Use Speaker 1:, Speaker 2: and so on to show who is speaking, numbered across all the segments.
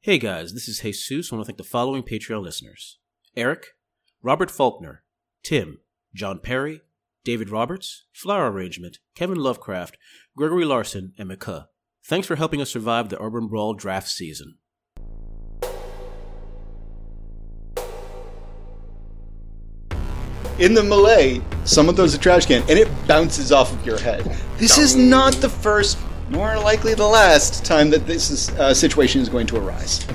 Speaker 1: Hey guys, this is Jesus. I want to thank the following Patreon listeners Eric, Robert Faulkner, Tim, John Perry, David Roberts, Flower Arrangement, Kevin Lovecraft, Gregory Larson, and McCuh. Thanks for helping us survive the Urban Brawl draft season.
Speaker 2: in the melee, someone throws a trash can and it bounces off of your head. This is not the first, nor likely the last time that this is, uh, situation is going to arise.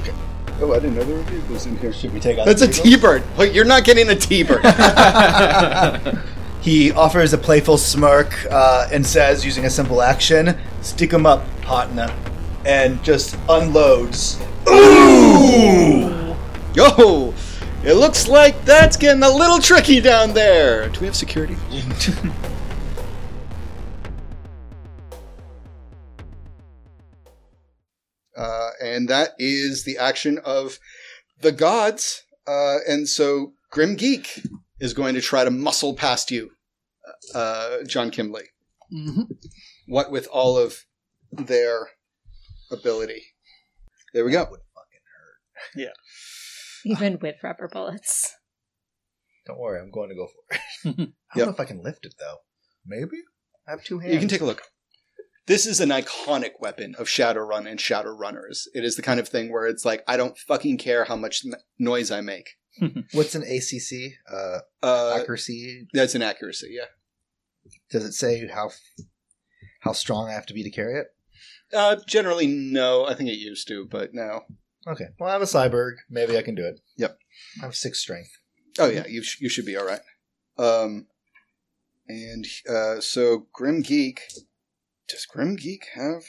Speaker 3: Oh, I didn't know there were vehicles in here.
Speaker 4: Should we take out?
Speaker 2: That's a
Speaker 4: the
Speaker 2: T bird. You're not getting a T bird.
Speaker 4: people? He offers a playful smirk uh, and says, using a simple action, "Stick 'em up, partner," and just unloads.
Speaker 2: Yo, it looks like that's getting a little tricky down there. Do we have security? uh, and that is the action of the gods. Uh, and so Grim Geek is going to try to muscle past you, uh, John Kimley. What with all of their ability. There we go.
Speaker 5: even with rubber bullets.
Speaker 4: Don't worry, I'm going to go for it. I don't
Speaker 2: Yep.
Speaker 4: know if I can lift it though. Maybe I have two hands.
Speaker 2: You can take a look. This is an iconic weapon of Shadowrun and Shadowrunners. It is the kind of thing where it's like, I don't fucking care how much n- noise I make.
Speaker 4: What's an ACC uh,
Speaker 2: Uh,
Speaker 4: accuracy?
Speaker 2: that's an accuracy, yeah.
Speaker 4: Does it say how how strong I have to be to carry it?
Speaker 2: Uh, generally, no. I think it used to, but no.
Speaker 4: Okay. Well, I'm a cyborg. Maybe I can do it.
Speaker 2: Yep.
Speaker 4: I have six strength.
Speaker 2: Oh, yeah, you, sh- you should be all right. Um, and uh, so, Grim Geek. Does Grim Geek have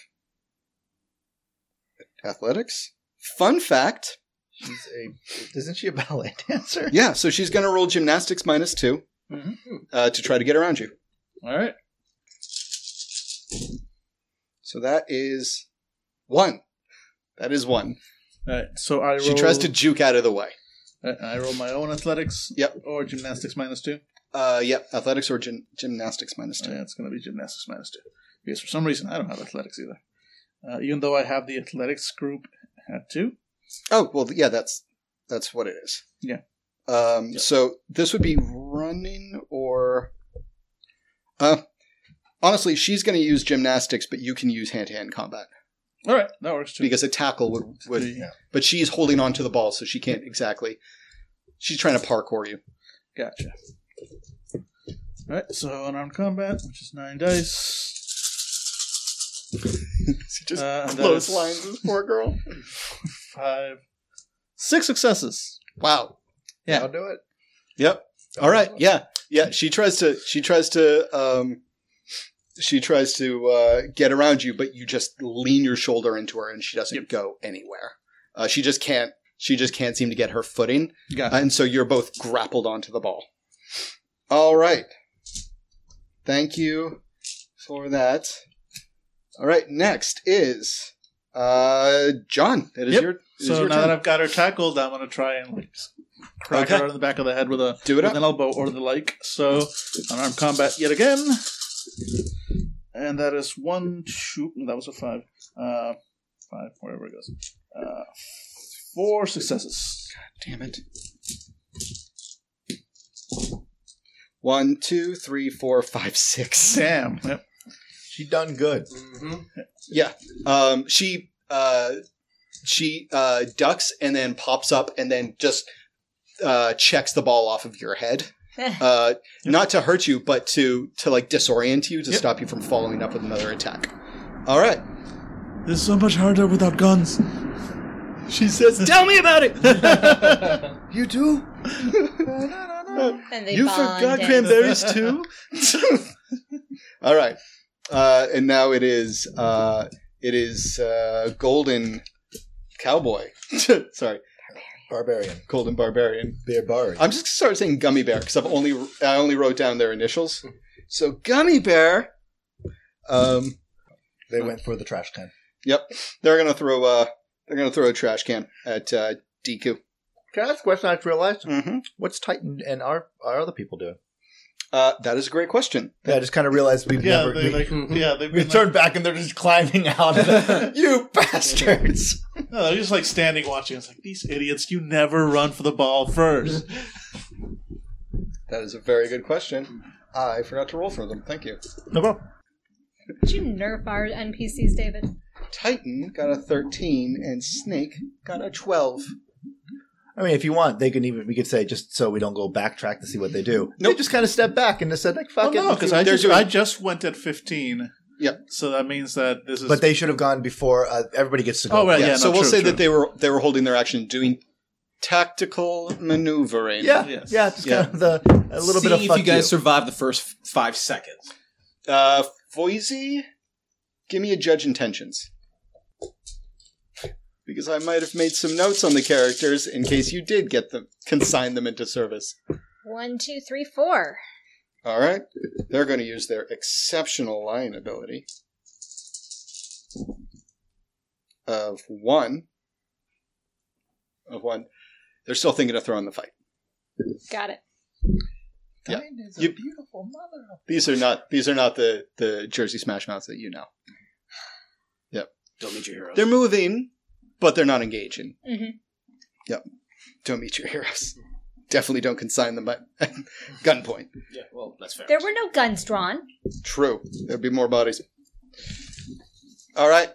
Speaker 2: athletics? Fun fact.
Speaker 4: She's a isn't she a ballet dancer?
Speaker 2: Yeah, so she's going to roll gymnastics minus two uh, to try to get around you.
Speaker 6: Mm-hmm. All right.
Speaker 2: So that is one. That is one.
Speaker 6: All right. So I roll,
Speaker 2: She tries to juke out of the way.
Speaker 6: All right, I roll my own athletics.
Speaker 2: Yep.
Speaker 6: Or gymnastics minus two.
Speaker 2: Uh, yep. Athletics or gym- gymnastics minus two.
Speaker 6: Yeah, it's going to be gymnastics minus two. Because for some reason I don't have athletics either. Uh, even though I have the athletics group at two.
Speaker 2: Oh well, yeah. That's that's what it is.
Speaker 6: Yeah.
Speaker 2: Um. So this would be running or. Uh, honestly, she's going to use gymnastics, but you can use hand-to-hand combat
Speaker 6: All right, that works too.
Speaker 2: because a tackle would would.
Speaker 6: Three.
Speaker 2: But she's holding on to the ball, so she can't exactly. She's trying to parkour you.
Speaker 6: Gotcha. All right, so unarmed combat, which is nine dice.
Speaker 2: She just
Speaker 6: Uh, and that
Speaker 2: close
Speaker 6: is
Speaker 2: lines this poor girl.
Speaker 6: Five, six successes.
Speaker 2: wow.
Speaker 6: Yeah.
Speaker 4: I'll do it.
Speaker 2: Yep. All right. Yeah. Yeah. She tries to. She tries to. Um, she tries to uh, get around you, but you just lean your shoulder into her, and she doesn't
Speaker 6: Yep.
Speaker 2: go anywhere. Uh, she just can't. She just can't seem to get her footing,
Speaker 6: Got it.
Speaker 2: and so you're both grappled onto the ball. All right. Thank you for that. All right. Next is uh, John. It is
Speaker 6: Yep.
Speaker 2: your. it is
Speaker 6: So
Speaker 2: your
Speaker 6: now
Speaker 2: turn.
Speaker 6: that I've got her tackled, I'm going to try and like crack
Speaker 2: Okay.
Speaker 6: her in the back of the head with a
Speaker 2: Do it
Speaker 6: with
Speaker 2: up.
Speaker 6: an elbow or the like. So unarmed combat yet again, and that is one two. That was a five, uh, five wherever it goes. Uh, four successes.
Speaker 2: Damn it. One, two, three, four, five, six.
Speaker 6: Damn. Yep.
Speaker 4: She done good.
Speaker 2: Yeah. Um, she uh, she uh, ducks and then pops up and then just uh, checks the ball off of your head. Uh, Not to hurt you, but to to like disorient you to
Speaker 6: Yep.
Speaker 2: stop you from following up with another attack. All right.
Speaker 6: This is so much harder without guns.
Speaker 2: She says, "Tell me about it."
Speaker 4: You do?
Speaker 5: And they
Speaker 2: you
Speaker 5: bond
Speaker 2: forgot
Speaker 5: and-
Speaker 2: cranberries too. All right, uh, and now it is uh, it is uh, golden cowboy. Sorry,
Speaker 4: Barbarian.
Speaker 2: golden barbarian.
Speaker 4: Barbarian.
Speaker 2: I'm just gonna start saying gummy bear because I've only I only wrote down their initials. So gummy bear. Um,
Speaker 4: They went for the trash can.
Speaker 2: they're gonna throw uh, they're gonna throw a trash can at uh, Deku.
Speaker 4: Can I ask a question I just realized?
Speaker 2: Mm-hmm.
Speaker 4: What's Titan and our, our other people doing?
Speaker 2: Uh, that is a great question.
Speaker 4: Yeah, I just kind of realized we've
Speaker 6: Yeah,
Speaker 4: never.
Speaker 6: they,
Speaker 4: we,
Speaker 6: like, yeah, they've
Speaker 4: we
Speaker 6: been
Speaker 4: turned back and they're just climbing out of the.
Speaker 2: you bastards!
Speaker 6: No, they're just like standing watching. It's like these idiots. You never run for the ball first.
Speaker 2: That is a very good question. I forgot to roll for them. Thank you.
Speaker 6: No problem.
Speaker 5: Did you nerf our NPCs, David?
Speaker 2: Titan got a 13 and Snake got a 12.
Speaker 4: I mean, if you want, they can even we could say just so we don't go backtrack to see what they do. They
Speaker 2: Nope.
Speaker 4: just kind of step back and just said, like,
Speaker 6: Oh
Speaker 4: "Fuck it."
Speaker 6: no, because I
Speaker 2: they're
Speaker 6: just
Speaker 2: doing-
Speaker 6: I just went at fifteen.
Speaker 2: Yep.
Speaker 6: So that means that this is.
Speaker 4: but they should have gone before uh, everybody gets to go.
Speaker 6: Oh right, yeah.
Speaker 2: yeah,
Speaker 6: no,
Speaker 2: so we'll
Speaker 6: true,
Speaker 2: say
Speaker 6: true.
Speaker 2: that they were they were holding their action, doing tactical maneuvering.
Speaker 4: Yeah,
Speaker 6: Yes.
Speaker 4: yeah, just
Speaker 2: Yeah.
Speaker 4: kind of the a little bit of
Speaker 7: Seeing
Speaker 4: fuck
Speaker 7: if you guys
Speaker 4: you.
Speaker 7: survive the first f- five seconds.
Speaker 2: Uh, Foisey, give me a judge intentions. Because I might have made some notes on the characters in case you did get them, consign them into service.
Speaker 5: One, two, three, four.
Speaker 2: All right. They're going to use their exceptional lion ability of one. Of one. They're still thinking of throwing the fight.
Speaker 5: Got it.
Speaker 2: Yeah.
Speaker 6: Thine is
Speaker 2: You-
Speaker 6: beautiful mother. of-
Speaker 2: These are not. These are not the the Jersey Smash Mouths that you know.
Speaker 1: Don't meet your heroes.
Speaker 2: They're moving, but they're not engaging.
Speaker 5: Mhm.
Speaker 2: Yep. Don't meet your heroes. Definitely don't consign them by gunpoint.
Speaker 1: yeah, well, that's fair.
Speaker 5: There were no guns drawn.
Speaker 2: True. There'd be more bodies. All right.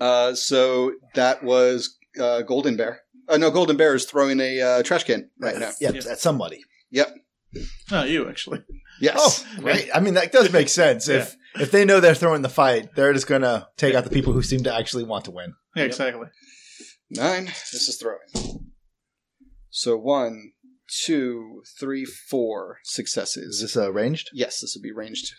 Speaker 2: Uh, so that was uh, Golden Bear. Uh, no, Golden Bear is throwing a uh, trash can right now.
Speaker 4: Yeah,
Speaker 6: Yeah.
Speaker 4: that's somebody.
Speaker 6: No, you actually.
Speaker 2: Yes.
Speaker 4: Oh, right. I mean, that does make sense. If if they know they're throwing the fight, they're just going to take out the people who seem to actually want to win.
Speaker 6: Yeah, exactly.
Speaker 2: Nine. This is throwing. So one, two, three, four
Speaker 4: Is
Speaker 2: successes.
Speaker 4: this uh, ranged?
Speaker 2: Yes, this would be ranged.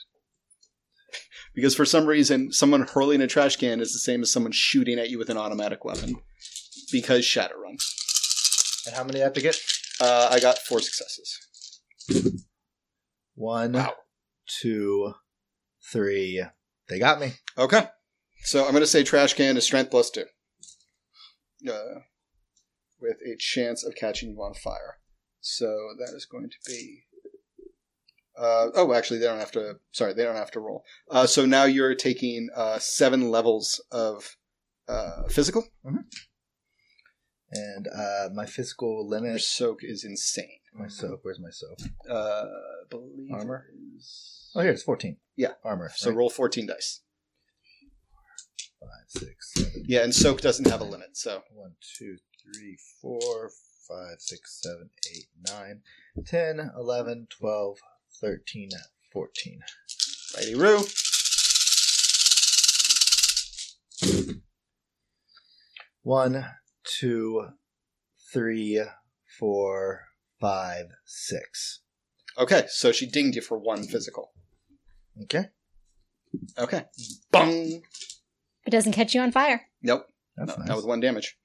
Speaker 2: Because for some reason, someone hurling a trash can is the same as someone shooting at you with an automatic weapon. Because Shadowrun.
Speaker 4: And how many I have to get?
Speaker 2: Uh, I got four successes.
Speaker 4: One,
Speaker 2: Wow.
Speaker 4: two, three. They got me.
Speaker 2: Okay. So I'm going to say trash can is strength plus two. Uh, with a chance of catching you on fire. So that is going to be. Uh, oh, actually, they don't have to. Sorry, they don't have to roll. Uh, so now you're taking uh, seven levels of uh, physical.
Speaker 4: And uh, my physical
Speaker 2: Your
Speaker 4: limit.
Speaker 2: soak is insane.
Speaker 4: My soap. Where's my soap?
Speaker 2: Uh, I believe
Speaker 4: Armor?
Speaker 2: it is-
Speaker 4: Oh, here it's fourteen.
Speaker 2: Yeah.
Speaker 4: armor.
Speaker 2: So
Speaker 4: right?
Speaker 2: roll 14 dice.
Speaker 4: five, six, seven,
Speaker 2: Yeah, and soak doesn't have a limit. So
Speaker 4: one, two, three, four, five, six, seven, eight, nine, ten, eleven, twelve, thirteen, fourteen.
Speaker 2: righty roo.
Speaker 4: One, two, three, four, five, six.
Speaker 2: Okay, so she dinged you for one physical.
Speaker 4: Okay.
Speaker 2: Okay. Bung.
Speaker 5: It doesn't catch you on fire.
Speaker 2: Nope.
Speaker 4: That's
Speaker 2: no,
Speaker 4: nice.
Speaker 2: Not with one damage.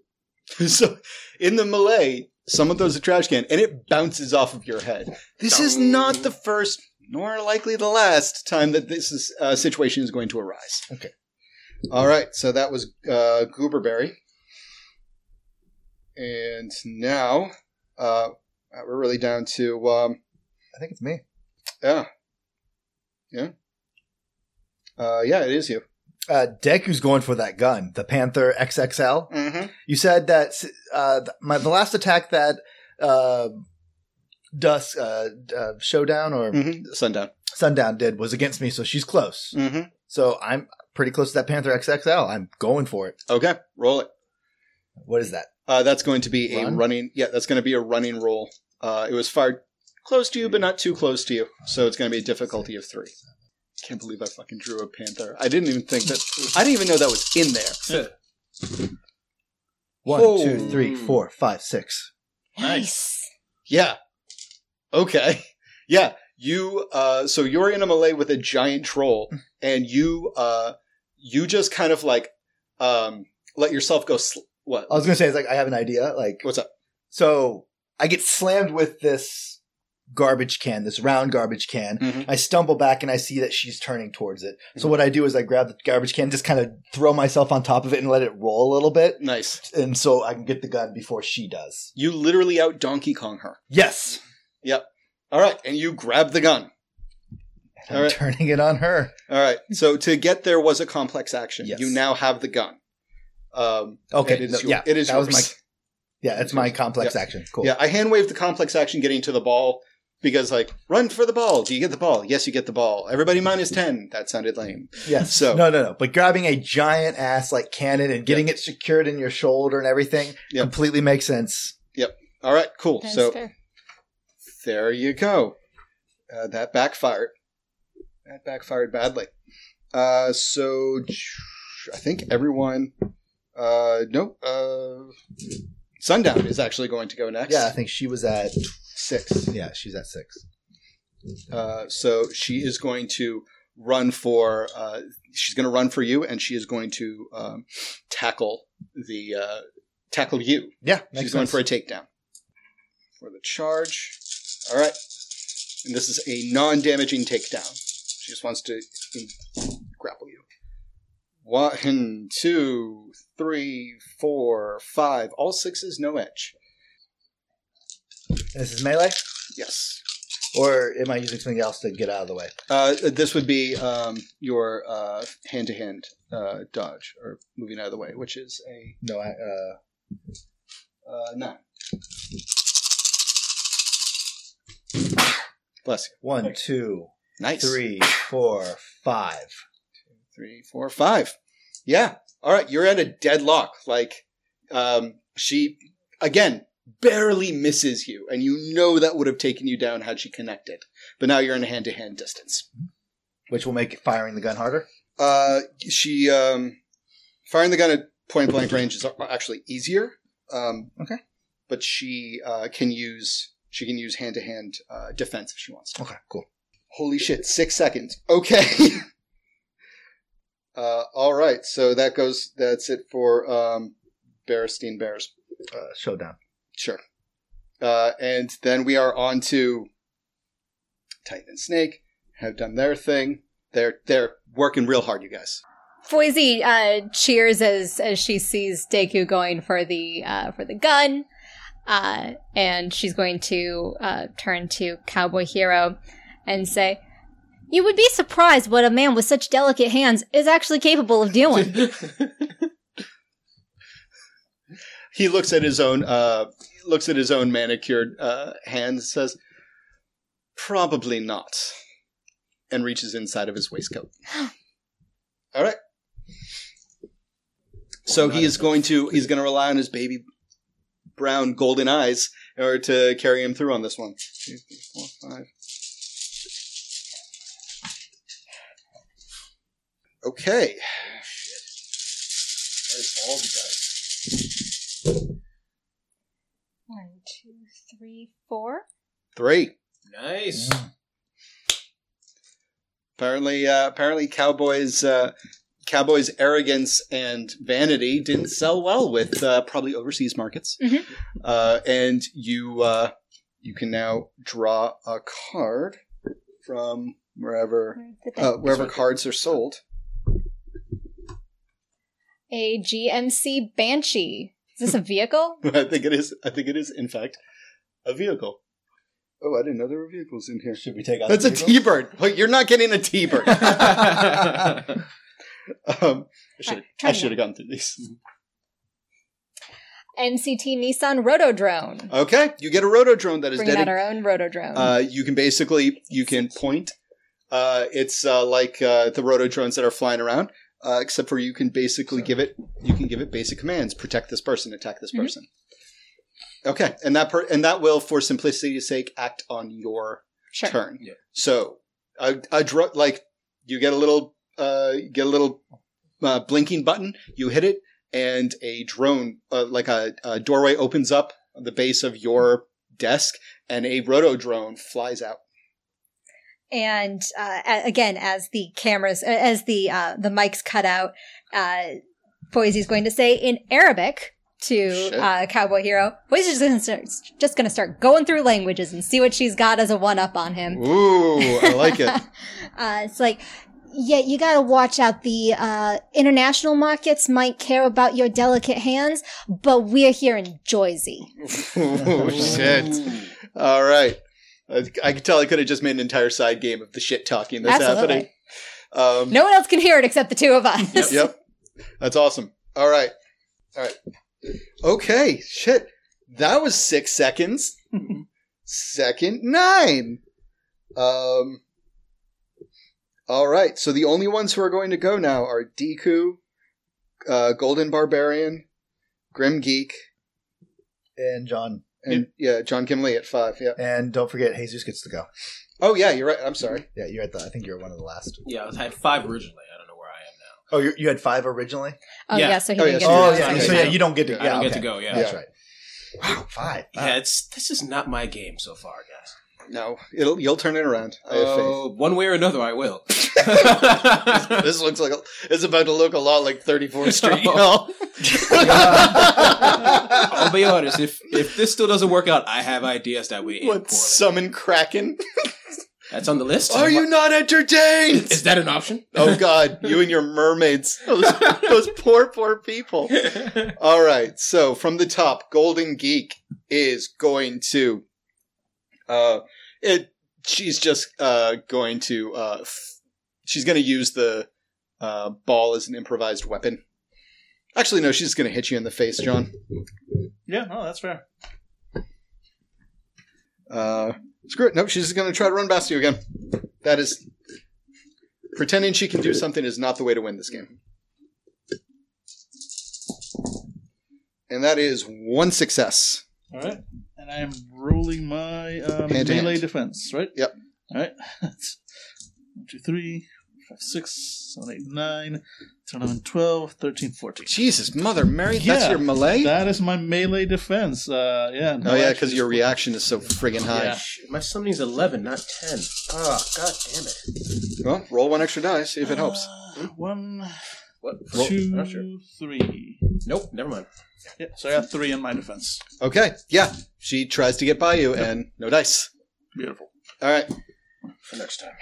Speaker 2: so in the melee, someone throws a trash can and it bounces off of your head. This is not the first, nor likely the last time that this is, uh, situation is going to arise.
Speaker 4: Okay.
Speaker 2: All right. So that was uh, Gooberberry, and now uh, we're really down to um,
Speaker 4: I think it's me.
Speaker 2: yeah, yeah, uh, yeah. It is you.
Speaker 4: Uh, Deku's going for that gun, the Panther XXL.
Speaker 2: Mm-hmm.
Speaker 4: You said that uh, th- my the last attack that uh, Dusk uh, d- uh, Showdown or
Speaker 2: Mm-hmm. Sundown.
Speaker 4: Sundown did was against me, so she's close.
Speaker 2: Mm-hmm.
Speaker 4: So I'm pretty close to that Panther XXL. I'm going for it.
Speaker 2: Okay, roll it.
Speaker 4: What is that?
Speaker 2: Uh, that's going to be a
Speaker 4: Run?
Speaker 2: running. Yeah, that's going to be a running roll. Uh, it was fired close to you, but not too close to you, so it's going to be a difficulty of three. Can't believe I fucking drew a panther. I didn't even think that. I didn't even know that was in there.
Speaker 4: One, two, three, four, five, six.
Speaker 5: Nice.
Speaker 2: Yeah. Okay. Yeah. You. Uh, so you're in a melee with a giant troll, and you. Uh, you just kind of like, um, let yourself go. Sl- what?
Speaker 4: I was gonna say it's like I have an idea. Like
Speaker 2: What's up?
Speaker 4: so, I get slammed with this garbage can, this round garbage can.
Speaker 2: Mhm.
Speaker 4: I stumble back and I see that she's turning towards it. So
Speaker 2: Mm-hmm.
Speaker 4: what I do is I grab the garbage can, just kind of throw myself on top of it and let it roll a little bit,
Speaker 2: Nice.
Speaker 4: and so I can get the gun before she does.
Speaker 2: You literally out Donkey Kong her.
Speaker 4: Yes,
Speaker 2: All right, and you grab the gun.
Speaker 4: I'm
Speaker 2: All right.
Speaker 4: turning it on her.
Speaker 2: All right. So to get there was a complex action.
Speaker 4: Hmm. Yes.
Speaker 2: You now have the gun. Um,
Speaker 4: Okay.
Speaker 2: it is
Speaker 4: no,
Speaker 2: your-
Speaker 4: yeah,
Speaker 2: it is
Speaker 4: that was
Speaker 2: yours.
Speaker 4: my yeah. That's my complex action. Cool.
Speaker 2: Yeah, I hand waved the complex action getting to the ball because, like, run for the ball. Do you get the ball? Yes, you get the ball. Everybody minus 10. That sounded lame.
Speaker 4: Yes.
Speaker 2: So-
Speaker 4: no, no, no. But grabbing a giant ass like cannon and getting it secured in your shoulder and everything
Speaker 2: Yep.
Speaker 4: completely makes sense.
Speaker 2: All right, cool.
Speaker 5: That is
Speaker 2: so
Speaker 5: fair.
Speaker 2: there you go. Uh, that backfired. That backfired badly. Uh, so I think everyone. Uh, nope. Uh, Sundown is actually going to go next.
Speaker 4: Yeah, I think she was at
Speaker 2: Six.
Speaker 4: yeah, she's at six.
Speaker 2: Uh, so she is going to run for uh, she's going to run for you, and she is going to um, tackle the uh, tackle you.
Speaker 4: Yeah,
Speaker 2: she's
Speaker 4: makes
Speaker 2: going
Speaker 4: sense.
Speaker 2: for a takedown for the charge. All right, and this is a non-damaging takedown. She just wants to in- grapple you. One, two, three, four, five. All sixes, no edge.
Speaker 4: This is melee,
Speaker 2: Yes.
Speaker 4: or am I using something else to get out of the way?
Speaker 2: Uh, this would be um, your uh, hand-to-hand uh, dodge or moving out of the way, which is a
Speaker 4: No, I, uh,
Speaker 2: uh, nine. Bless you.
Speaker 4: one, two,
Speaker 2: Nice.
Speaker 4: three, four, five.
Speaker 2: three, four, five. Yeah. All right. You're at a deadlock. Like, um, she, again, barely misses you. And you know that would have taken you down had she connected. But now you're in a hand to hand distance.
Speaker 4: which will make firing the gun harder.
Speaker 2: Uh, she, um, firing the gun at point blank range is actually easier. Um,
Speaker 4: Okay.
Speaker 2: But she, uh, can use, she can use hand to hand, uh, defense if she wants to.
Speaker 4: Okay, cool.
Speaker 2: Holy shit, six seconds. Okay. uh, all right, so that goes, that's it for um, Bearstein Bears.
Speaker 4: Uh, showdown.
Speaker 2: Sure. Uh, and then we are on to Titan and Snake, have done their thing. They're, they're working real hard, you guys.
Speaker 5: Foisey uh, cheers as as she sees Deku going for the uh, for the gun, uh, and she's going to uh, turn to Cowboy Hero and say, "You would be surprised what a man with such delicate hands is actually capable of doing."
Speaker 2: He looks at his own, uh, looks at his own manicured uh, hand and says, probably not, and reaches inside of his waistcoat. All right. So he is going to he's going to rely on his baby brown golden eyes in order to carry him through on this one. Two, three, four, five. Okay.
Speaker 5: One, two, three, four.
Speaker 2: Three.
Speaker 7: nice.
Speaker 4: Mm.
Speaker 2: Apparently, uh, apparently, Cowboys, uh, Cowboys' arrogance and vanity didn't sell well with uh, probably overseas markets.
Speaker 5: Mhm.
Speaker 2: Uh, and you, uh, you can now draw a card from wherever uh, wherever cards are sold.
Speaker 5: A GMC Banshee. Is this a vehicle?
Speaker 2: I think it is. I think it is, in fact, a vehicle.
Speaker 3: Oh, I didn't know there were vehicles in here.
Speaker 4: Should we take out?
Speaker 2: That's
Speaker 4: the
Speaker 2: a
Speaker 4: vehicle?
Speaker 2: T-bird. Wait, You're not getting a T-bird. um, I should
Speaker 5: try
Speaker 2: I
Speaker 5: again.
Speaker 2: should have gone through these.
Speaker 5: NCT Nissan Rotodrone.
Speaker 2: Okay, you get a roto drone that Uh, is
Speaker 5: Bringing
Speaker 2: dedicated.
Speaker 5: out our own Rotodrone.
Speaker 2: Uh, you can basically you can point. Uh, it's uh, like uh, the roto drones that are flying around, uh, except for you can basically give it you can give it basic commands: protect this person, attack this
Speaker 5: Mhm.
Speaker 2: person. Okay, and that per- and that will, for simplicity's sake, act on your
Speaker 5: sure.
Speaker 2: turn.
Speaker 7: Yeah.
Speaker 2: So a, a dro- like you get a little uh, you get a little uh, blinking button. You hit it, and a drone uh, like a, a doorway opens up on the base of your desk, and a roto drone flies out.
Speaker 5: and uh, a- again as the cameras as the uh, the mics cut out uh Poisy's going to say in arabic to
Speaker 2: Shit.
Speaker 5: uh, cowboy hero Poisy's just gonna start just gonna start going through languages and see what she's got as a one up on him
Speaker 2: Ooh, I like it.
Speaker 5: uh, it's like yeah you gotta watch out the uh international markets might care about your delicate hands but we're here in jersey
Speaker 2: Ooh, shit. All right. I, I could tell I could have just made an entire side game of the shit talking that's happening.
Speaker 5: Absolutely.
Speaker 2: Um,
Speaker 5: no one else can hear it except the two of us
Speaker 2: Yep. That's awesome. All right. Okay, shit. That was six seconds. Second nine. Um. All right. So the only ones who are going to go now are Deku, uh, Golden Barbarian, Grim Geek,
Speaker 4: And John.
Speaker 2: and yeah, John Kimley at five. Yeah.
Speaker 4: And don't forget, Jesus gets to go.
Speaker 2: Oh yeah, you're right. I'm sorry.
Speaker 4: Yeah, you're at the. I think you're one of the last.
Speaker 7: Yeah, I had five originally. I don't know where I am now.
Speaker 4: Oh, you you had five originally.
Speaker 5: Oh
Speaker 7: Yeah.
Speaker 5: yeah, so he
Speaker 2: Oh, yeah,
Speaker 5: didn't get
Speaker 2: so
Speaker 4: oh yeah.
Speaker 5: to do
Speaker 2: okay.
Speaker 5: it.
Speaker 4: So yeah, you don't get to.
Speaker 7: I
Speaker 4: yeah,
Speaker 7: don't get
Speaker 4: okay.
Speaker 7: to go. Yeah.
Speaker 4: That's right. Wow, five. Wow.
Speaker 7: Yeah, it's this is not my game so far, guys.
Speaker 2: No, it'll you'll turn it around. I have faith.
Speaker 7: Oh, one way or another, I will.
Speaker 2: This looks like a, it's about to look a lot like 34th Street. you know?
Speaker 7: I'll be honest. If if this still doesn't work out, I have ideas that we aim
Speaker 2: What
Speaker 7: poorly.
Speaker 2: summon Kraken?
Speaker 7: That's on the list.
Speaker 2: Are you not entertained?
Speaker 7: Is that an option?
Speaker 2: Oh God, you and your mermaids. Those, those poor, poor people. All right. So from the top, Golden Geek is going to uh it she's just uh going to uh f- she's going to use the uh ball as an improvised weapon. Actually no, she's just going to hit you in the face, John.
Speaker 6: Yeah, no, that's fair.
Speaker 2: Uh screw it. Nope, she's just going to try to run past you again. That is pretending she can do something is not the way to win this game. And that is one success.
Speaker 6: All right, and I am rolling my um,
Speaker 2: Hand to
Speaker 6: melee
Speaker 2: hand.
Speaker 6: defense, right?
Speaker 2: Yep.
Speaker 6: All right. One, two, three, five, six, seven, eight, nine, 10, 11, 12, 13, 14.
Speaker 2: Jesus, Mother Mary, that's
Speaker 6: Yeah,
Speaker 2: your Malay?
Speaker 6: That is my melee defense. Uh, yeah. no
Speaker 2: oh yeah,
Speaker 6: action.
Speaker 2: because your reaction is so friggin' high.
Speaker 6: Yeah.
Speaker 7: My summoning's eleven, not ten. Oh god damn it!
Speaker 2: Well, roll one extra die, see if it helps.
Speaker 6: Uh, one,
Speaker 7: What?
Speaker 6: two,
Speaker 7: Oh, sure.
Speaker 6: three.
Speaker 7: Nope. Never mind.
Speaker 6: Yeah, so I got three in my defense.
Speaker 2: Okay, yeah. She tries to get by you and no dice.
Speaker 6: Beautiful.
Speaker 2: All right.
Speaker 7: For next time.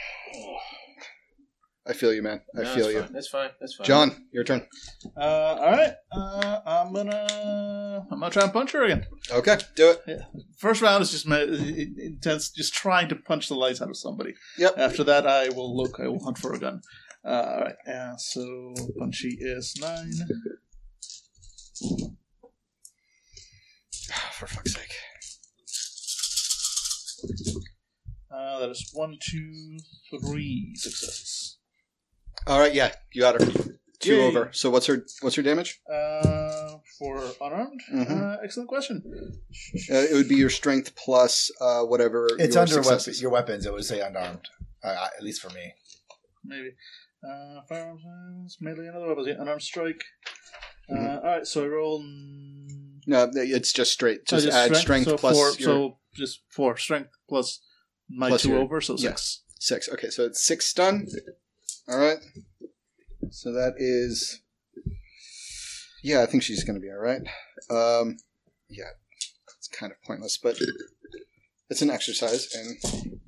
Speaker 2: I feel you, man. I
Speaker 7: No, that's
Speaker 2: feel you.
Speaker 7: Fine. That's fine. That's fine.
Speaker 2: John, your turn.
Speaker 6: Uh, all right. Uh, I'm gonna I'm gonna try and punch her again.
Speaker 2: Okay, do it.
Speaker 6: First round is just ma- intense, just trying to punch the lights out of somebody.
Speaker 2: Yep.
Speaker 6: After that, I will look. I will hunt for a gun. Uh, all right. Uh, so punchy is nine.
Speaker 2: For fuck's sake.
Speaker 6: Uh, that is one, two, three successes.
Speaker 2: All right, yeah, you got her. Two
Speaker 6: Yay.
Speaker 2: over. So what's her what's her damage?
Speaker 6: Uh, for unarmed.
Speaker 2: Mhm.
Speaker 6: Uh, excellent question.
Speaker 2: Uh, it would be your strength plus uh, whatever.
Speaker 4: It's
Speaker 2: your
Speaker 4: under
Speaker 2: success
Speaker 4: weapons,
Speaker 2: is.
Speaker 4: your weapons. It would say unarmed, uh, uh, at least for me.
Speaker 6: maybe. Uh, firearms, weapons, melee, and other weapons. Yeah, unarmed strike. Uh,
Speaker 2: Mm-hmm.
Speaker 6: all right, so I roll. n-
Speaker 2: No, it's just straight.
Speaker 6: so
Speaker 2: Just, add strength,
Speaker 6: Oh, so
Speaker 2: plus
Speaker 6: four,
Speaker 2: your
Speaker 6: So just four strength plus my
Speaker 2: Plus
Speaker 6: two
Speaker 2: your-
Speaker 6: over, so
Speaker 2: yeah.
Speaker 6: six.
Speaker 2: six. Okay, so it's six stun. All right. So that is. Yeah, I think she's going to be all right. Um, yeah, it's kind of pointless, but it's an exercise. And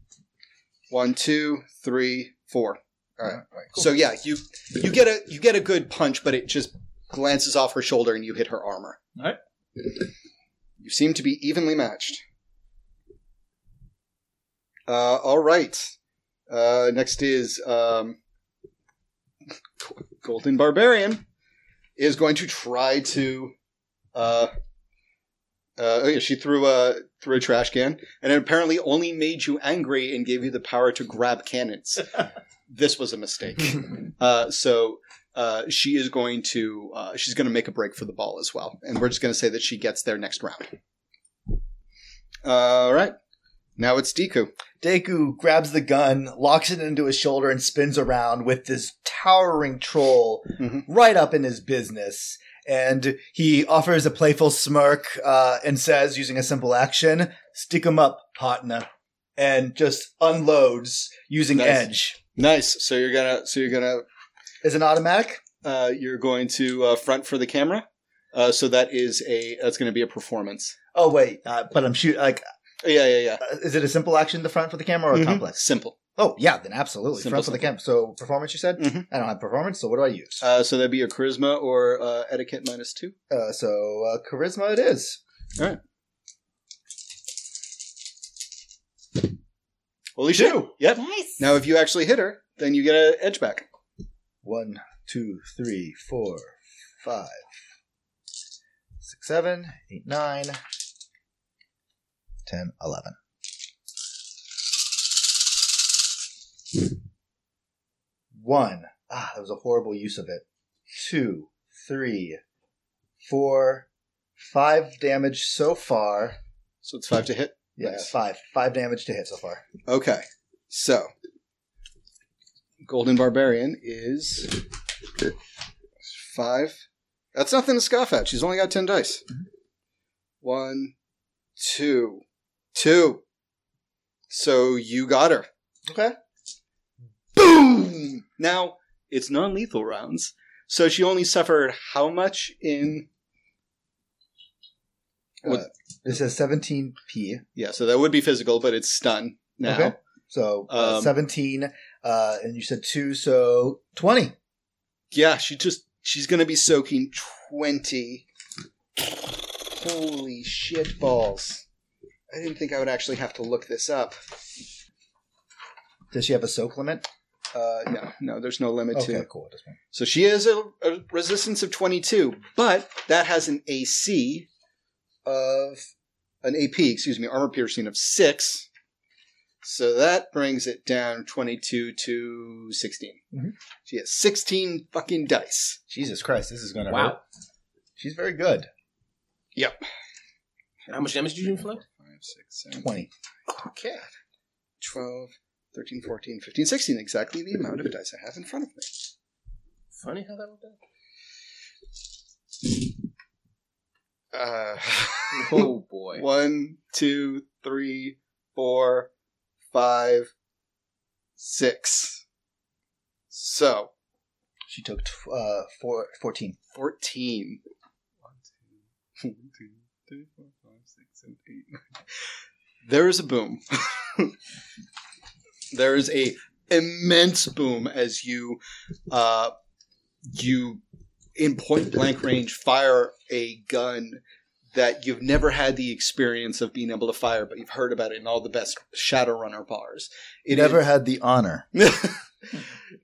Speaker 2: one, two, three, four. All right. So yeah, you you get a you get a good punch, but it just glances off her shoulder and you hit her armor.
Speaker 6: All right.
Speaker 2: You seem to be evenly matched. Uh, all right. Uh, next is um, Golden Barbarian is going to try to. Uh, uh, oh yeah, she threw a threw a trash can, and it apparently only made you angry and gave you the power to grab cannons. this was a mistake. Uh, so uh, she is going to uh, she's going to make a break for the ball as well, and we're just going to say that she gets there next round. all right. Now it's Deku.
Speaker 4: Deku grabs the gun, locks it into his shoulder, and spins around with this towering troll
Speaker 2: Mhm.
Speaker 4: right up in his business. And he offers a playful smirk uh, and says, using a simple action, "Stick 'em up, partner," and just unloads using
Speaker 2: Nice.
Speaker 4: edge.
Speaker 2: Nice. So you're gonna so you're gonna
Speaker 4: Is an automatic?
Speaker 2: uh, you're going to uh, front for the camera. Uh, so that is a that's going to be a performance.
Speaker 4: Oh wait, uh, but I'm shoot like,
Speaker 2: Yeah, yeah, yeah.
Speaker 4: uh, is it a simple action to front for the camera or a
Speaker 2: Mhm.
Speaker 4: complex?
Speaker 2: Simple.
Speaker 4: Oh yeah, then absolutely
Speaker 2: Simple,
Speaker 4: front for the
Speaker 2: simple.
Speaker 4: camera. So performance, you said?
Speaker 2: Mhm.
Speaker 4: I don't have performance, so what do I use?
Speaker 2: Uh, so that'd be your charisma or uh, etiquette minus two.
Speaker 4: Uh, so uh, charisma it is.
Speaker 2: Holy shit! Yep.
Speaker 5: Nice.
Speaker 2: Now, if you actually hit her, then you get an edge back.
Speaker 4: One, two, three, four, five. six, seven, eight, nine, 10, 11. One. Ah, that was a horrible use of it. Two, three, four, five damage so far.
Speaker 2: So it's five to hit.
Speaker 4: Yeah,
Speaker 2: Nice.
Speaker 4: five. Five damage to hit so far.
Speaker 2: Okay. So, Golden Barbarian is five. That's nothing to scoff at. She's only got ten dice.
Speaker 4: Mm-hmm.
Speaker 2: One, two, two. So you got her.
Speaker 4: Okay.
Speaker 2: Boom! Now, it's non lethal rounds. So she only suffered how much in.
Speaker 4: What- This is 17p.
Speaker 2: Yeah, so that would be physical, but it's stun now.
Speaker 4: Okay. So uh,
Speaker 2: Um,
Speaker 4: 17, uh, and you said two, so 20.
Speaker 2: yeah, she just she's gonna be soaking twenty. Holy shit balls! I didn't think I would actually have to look this up.
Speaker 4: Does she have a soak limit?
Speaker 2: Uh, yeah, no, there's no limit
Speaker 4: Okay,
Speaker 2: to.
Speaker 4: cool. This one.
Speaker 2: So she is a, a resistance of twenty-two, but that has an AC of an AP, excuse me, armor piercing of six. So that brings it down twenty-two to 16
Speaker 4: Mhm.
Speaker 2: She has sixteen fucking dice.
Speaker 4: Jesus Christ, this is going to
Speaker 7: Wow.
Speaker 4: hurt. She's very good.
Speaker 7: How much damage did you inflict?
Speaker 2: Five, six, seven,
Speaker 4: 20.
Speaker 2: Okay. 12, 13, 14, 15, 16. Exactly the amount of dice I have in front of me.
Speaker 7: Funny how that worked out.
Speaker 2: Uh,
Speaker 7: Oh boy.
Speaker 2: one, two, three, four, five, six. So,
Speaker 4: She took tw- uh, four, 14.
Speaker 2: 14. There is a boom. there is a immense boom as you uh, you in point blank range fire a gun that you've never had the experience of being able to fire, but you've heard about it in all the best Shadowrunner bars. It
Speaker 4: Never
Speaker 2: is-
Speaker 4: had the honor.
Speaker 2: it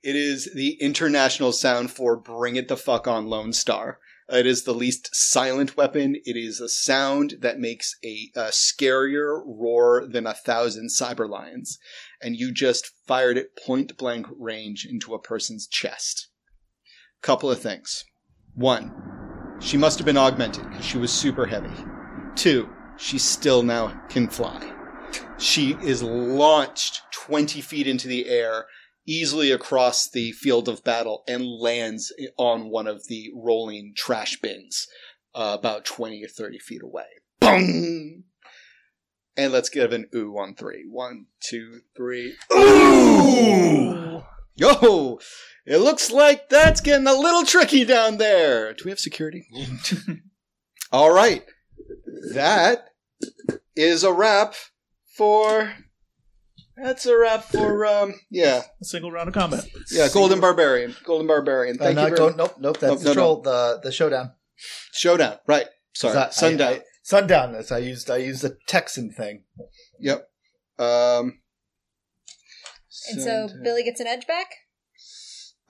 Speaker 2: is the international sound for Bring It the Fuck On Lone Star. It is the least silent weapon. It is a sound that makes a, a scarier roar than a thousand cyber lions. And you just fired it point blank range into a person's chest. Couple of things. One, she must have been augmented because she was super heavy. Two, she still now can fly. She is launched 20 feet into the air easily across the field of battle and lands on one of the rolling trash bins uh, about 20 or 30 feet away. Boom! And let's give an ooh on three. One, two, three. Ooh! Yo! It looks like that's getting a little tricky down there. Do we have security? All right. That is a wrap for. That's a wrap for, um, yeah.
Speaker 6: A single round of combat.
Speaker 2: Yeah, Golden Barbarian. Golden Barbarian.
Speaker 4: Uh,
Speaker 2: Thank
Speaker 4: no,
Speaker 2: you. Very
Speaker 4: don't, nope, nope, that's
Speaker 2: Nope,
Speaker 4: the
Speaker 2: no, no.
Speaker 4: troll, the, the showdown.
Speaker 2: Showdown. Right. Sorry.
Speaker 4: I- I-
Speaker 2: Sundown.
Speaker 4: I- sundown, that's, I used, I used the Texan thing.
Speaker 2: yep. Um,
Speaker 5: And so
Speaker 2: Sundown.
Speaker 5: Billy gets an edge back.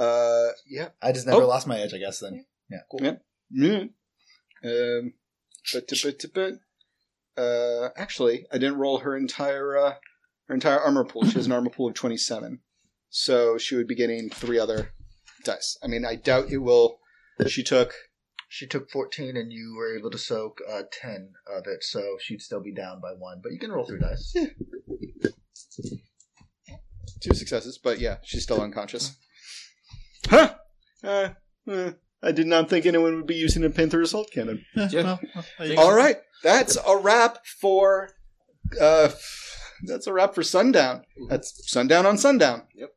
Speaker 2: Uh, yeah.
Speaker 4: I just never
Speaker 2: Oh.
Speaker 4: lost my edge, I guess, then. Yeah, cool.
Speaker 2: Yeah. Mm. Um, but, but, but, but, uh, actually, I didn't roll her entire uh, her entire armor pool. She has an armor pool of twenty seven, so she would be getting three other dice. I mean, I doubt it will. She took
Speaker 4: She took 14 and you were able to soak uh, 10 of it, so she'd still be down by one, but you can roll three dice.
Speaker 2: two successes, but yeah, she's still unconscious. Huh? Uh, uh, I did not think anyone would be using a Panther assault cannon.
Speaker 6: Yeah,
Speaker 7: Yeah.
Speaker 6: Eh, well, well, there you go.
Speaker 2: All right, that's a wrap for. Uh, that's a wrap for sundown. That's sundown on sundown.
Speaker 7: Yep.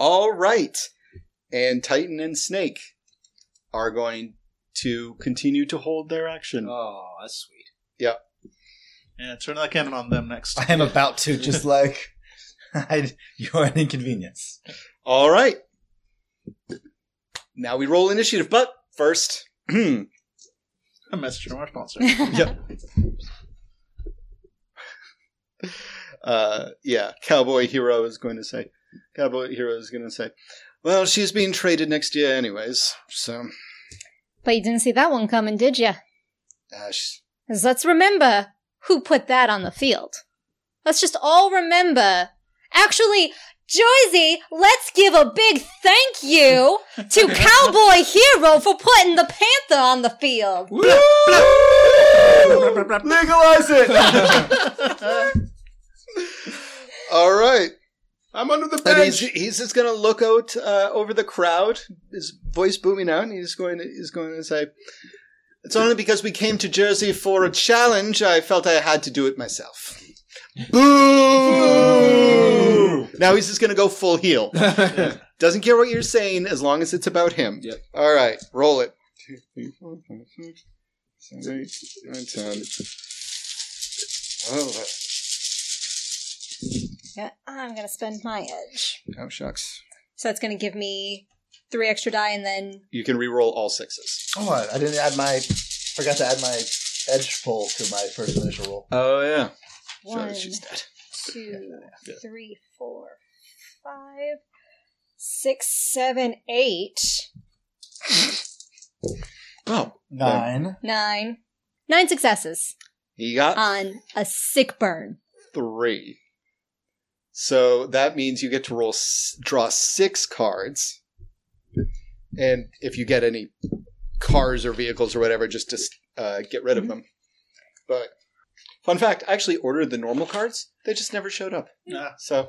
Speaker 2: All right, and Titan and Snake are going to continue to hold their action.
Speaker 6: Uh,
Speaker 7: Oh, that's sweet.
Speaker 6: Yeah, turn that cannon on them next.
Speaker 4: I am about to, just like, I, you're an inconvenience.
Speaker 2: All right. Now we roll initiative, but first,
Speaker 6: A message from our sponsor.
Speaker 2: Yep. uh, yeah, Cowboy Hero is going to say, Cowboy Hero is going to say, well, she's being traded next year, anyways. So
Speaker 5: But you didn't see that one coming, did you?
Speaker 2: Uh, she's-
Speaker 5: 'Cause let's remember who put that on the field. Let's just all remember. Actually, Joyzy, let's give a big thank you to Cowboy Hero for putting the Panther on the field.
Speaker 4: Legalize it.
Speaker 2: all right.
Speaker 7: I'm under the
Speaker 2: And he's,
Speaker 7: bench.
Speaker 2: he's just going to look out uh, over the crowd, his voice booming out, and he's going to, he's going to say, It's only because we came to Jersey for a challenge, I felt I had to do it myself. Boo! now he's just going to go full heel. Doesn't care what you're saying as long as it's about him.
Speaker 7: Yep.
Speaker 2: All right, roll it.
Speaker 3: Two, three, four, five, six, seven, eight, nine, ten.
Speaker 2: Oh,
Speaker 5: Yeah, I'm going to spend my edge.
Speaker 2: oh shucks.
Speaker 5: So that's going to give me three extra die and then.
Speaker 2: You can re-roll all sixes.
Speaker 4: Come on, I didn't add my. Forgot to add my edge pull to my first initial roll.
Speaker 2: Oh, yeah.
Speaker 5: one,
Speaker 2: she's dead.
Speaker 5: two, three, four, five, six, seven, eight,
Speaker 2: Oh,
Speaker 4: Nine.
Speaker 5: nine. Nine successes
Speaker 2: he got
Speaker 5: on a sick burn.
Speaker 2: three. So that means you get to roll s- draw six cards, and if you get any cars or vehicles or whatever, just just uh, get rid of them. But fun fact, I actually ordered the normal cards; they just never showed up.
Speaker 6: Ah.
Speaker 2: So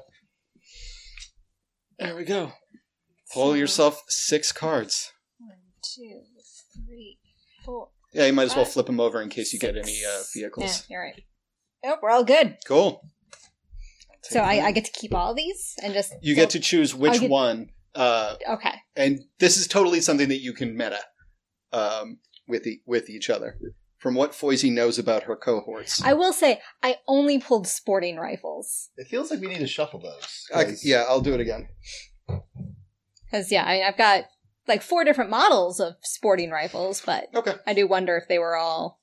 Speaker 2: there we go. Pull yourself six cards.
Speaker 5: One, two, three, four.
Speaker 2: Yeah, you might as well
Speaker 5: Five,
Speaker 2: flip them over in case you get any uh,
Speaker 5: six.
Speaker 2: vehicles.
Speaker 5: Yeah, you're right. Yep, we're all good.
Speaker 2: Cool.
Speaker 5: So I, I get to keep all these and just
Speaker 2: You get to choose which
Speaker 5: I'll get-
Speaker 2: one. Uh,
Speaker 5: okay.
Speaker 2: and this is totally something that you can meta um, with e- with each other. From what Foisey knows about her cohorts,
Speaker 5: I will say I only pulled sporting rifles
Speaker 4: It feels like we need to shuffle those.
Speaker 2: I- yeah, I'll do it again.
Speaker 5: because yeah, I, I've got like four different models of sporting rifles, but
Speaker 2: Okay.
Speaker 5: I do wonder if they were all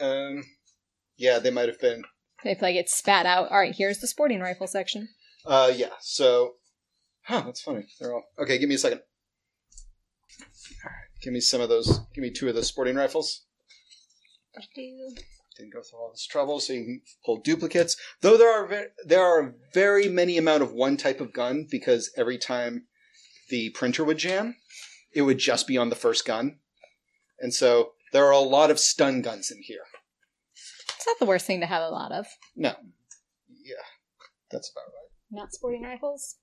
Speaker 2: Um, yeah, they might have been.
Speaker 5: if like it spat out. All right, here's the sporting rifle section.
Speaker 2: Uh, yeah. So, huh? That's funny. They're all okay. Give me a second. All right, Give me some of those. Give me two of those sporting rifles. Didn't go through all this trouble, so you can pull duplicates. Though there are ve- there are very many amount of one type of gun because every time the printer would jam, it would just be on the first gun, and so there are a lot of stun guns in here.
Speaker 5: It's not the worst thing to have a lot of.
Speaker 2: No, yeah, that's about right.
Speaker 5: Not sporting rifles.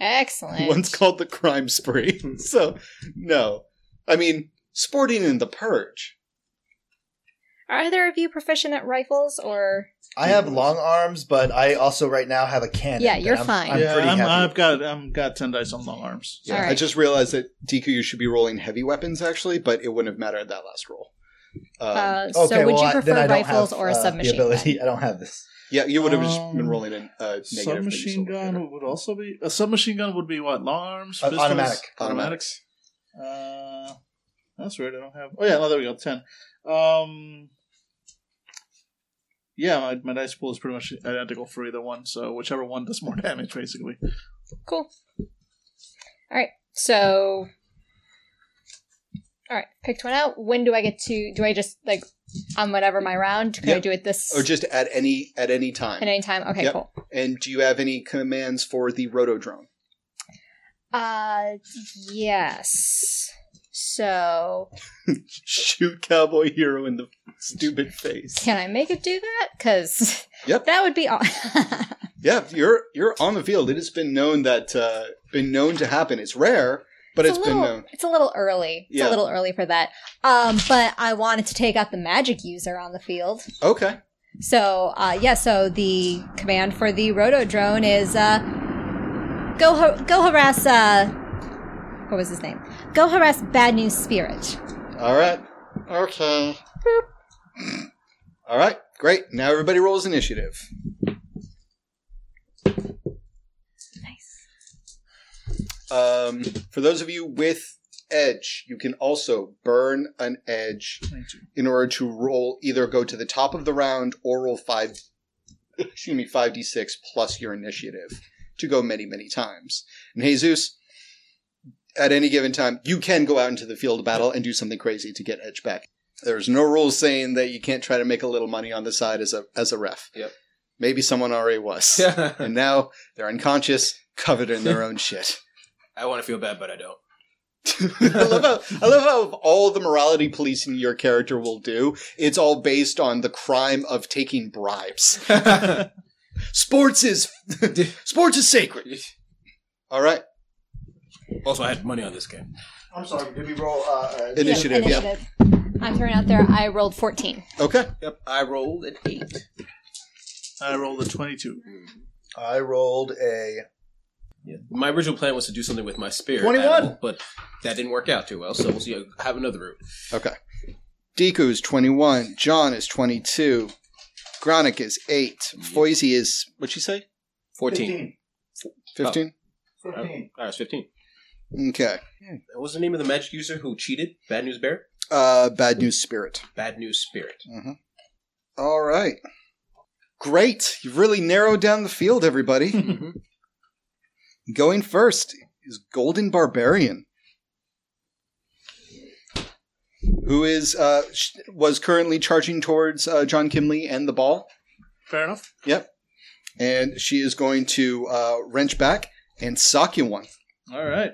Speaker 5: Excellent.
Speaker 2: One's called the crime spree, so no, I mean sporting in the purge.
Speaker 5: Are either of you proficient at rifles or
Speaker 4: I have long arms, but but I also right now have a cannon.
Speaker 5: Yeah, you're
Speaker 4: I'm-
Speaker 5: fine.
Speaker 4: I'm
Speaker 6: yeah,
Speaker 4: pretty
Speaker 6: I'm,
Speaker 4: happy.
Speaker 6: I've got I'm got ten dice on long arms.
Speaker 5: All
Speaker 2: I
Speaker 5: right.
Speaker 2: just realized that Deku, you should be rolling heavy weapons actually, but it wouldn't have mattered that last roll. Um,
Speaker 5: uh,
Speaker 4: Okay,
Speaker 5: so would
Speaker 4: well, I-
Speaker 5: you
Speaker 4: then I
Speaker 5: prefer
Speaker 4: don't
Speaker 5: rifles
Speaker 4: have,
Speaker 5: or a
Speaker 4: uh, the
Speaker 5: submachine
Speaker 4: ability.
Speaker 5: gun?
Speaker 4: I don't have this.
Speaker 2: yeah, you would have just been
Speaker 6: Um,
Speaker 2: rolling in uh, negative. things
Speaker 6: Submachine
Speaker 2: over here.
Speaker 6: gun would also be a submachine gun would be what long arms
Speaker 4: Uh,
Speaker 6: pistols?
Speaker 4: automatic.
Speaker 2: Automatics.
Speaker 6: Uh, that's weird. I don't have. Oh yeah, no, there we go. Ten. Um, yeah, my, my dice pool is pretty much identical for either one. So whichever one does more damage, basically.
Speaker 5: Cool. All right. So, all right. Picked one out. When do I get to? Do I just like on whatever my round? Can I
Speaker 2: Yep.
Speaker 5: do it this
Speaker 2: Or just at any at any time.
Speaker 5: at any time? Okay,
Speaker 2: Yep.
Speaker 5: cool.
Speaker 2: And do you have any commands for the rotodrome?
Speaker 5: Uh, yes. So,
Speaker 2: Shoot cowboy hero in the stupid face.
Speaker 5: can I make it do that? Because
Speaker 2: Yep.
Speaker 5: that would be all.
Speaker 2: Yeah, you're you're on the field. It has been known that uh, been known to happen. It's rare, but
Speaker 5: it's
Speaker 2: it's
Speaker 5: a
Speaker 2: been
Speaker 5: little,
Speaker 2: known.
Speaker 5: It's a little early. It's
Speaker 2: Yeah.
Speaker 5: a little early for that. Um, but I wanted to take out the magic user on the field.
Speaker 2: Okay.
Speaker 5: So, uh, yeah, so the command for the roto drone is uh, go ha- go harass. Uh, what was his name? Go harass bad news spirit.
Speaker 2: All right. Okay. All right. Great. Now everybody rolls initiative.
Speaker 5: Nice.
Speaker 2: Um, for those of you with edge, you can also burn an edge in order to roll either go to the top of the round or roll five excuse me, five D six plus your initiative to go many, many times. And Jesus, at any given time, you can go out into the field of battle and do something crazy to get edge back. There's no rules saying that you can't try to make a little money on the side as a as a ref.
Speaker 7: Yep.
Speaker 2: Maybe someone already was. and now they're unconscious, covered in their own shit.
Speaker 7: I want to feel bad, but I don't.
Speaker 2: I love how I love how of all the morality policing your character will do, it's all based on the crime of taking bribes. Sports is sports is sacred. All right,
Speaker 7: also, I had money on this game.
Speaker 3: I'm sorry. Did we roll? Uh, uh,
Speaker 5: Yeah,
Speaker 2: initiative. Yeah.
Speaker 5: initiative. I'm throwing out there. I rolled 14.
Speaker 2: Okay.
Speaker 7: Yep, I rolled an eight.
Speaker 6: I rolled a 22.
Speaker 4: I rolled a
Speaker 7: Yeah. My original plan was to do something with my spirit.
Speaker 4: 21.
Speaker 7: animal, but that didn't work out too well, so we'll see. I have another route.
Speaker 2: Okay. Deku is 21. John is 22. Gronick is 8. Foisey is, what'd you say?
Speaker 7: 14.
Speaker 2: 15?
Speaker 3: Fifteen.
Speaker 7: I was 15.
Speaker 2: Okay.
Speaker 7: What was the name of the magic user who cheated? Bad News Bear?
Speaker 2: Uh, bad news spirit.
Speaker 7: Bad News Spirit.
Speaker 2: All right. Great. You've really narrowed down the field, everybody.
Speaker 7: Mhm.
Speaker 2: Going first is Golden Barbarian. Who is uh, sh- was currently charging towards uh, John Kimley and the ball?
Speaker 6: Fair enough.
Speaker 2: and she is going to uh, wrench back and sock you one.
Speaker 6: All right.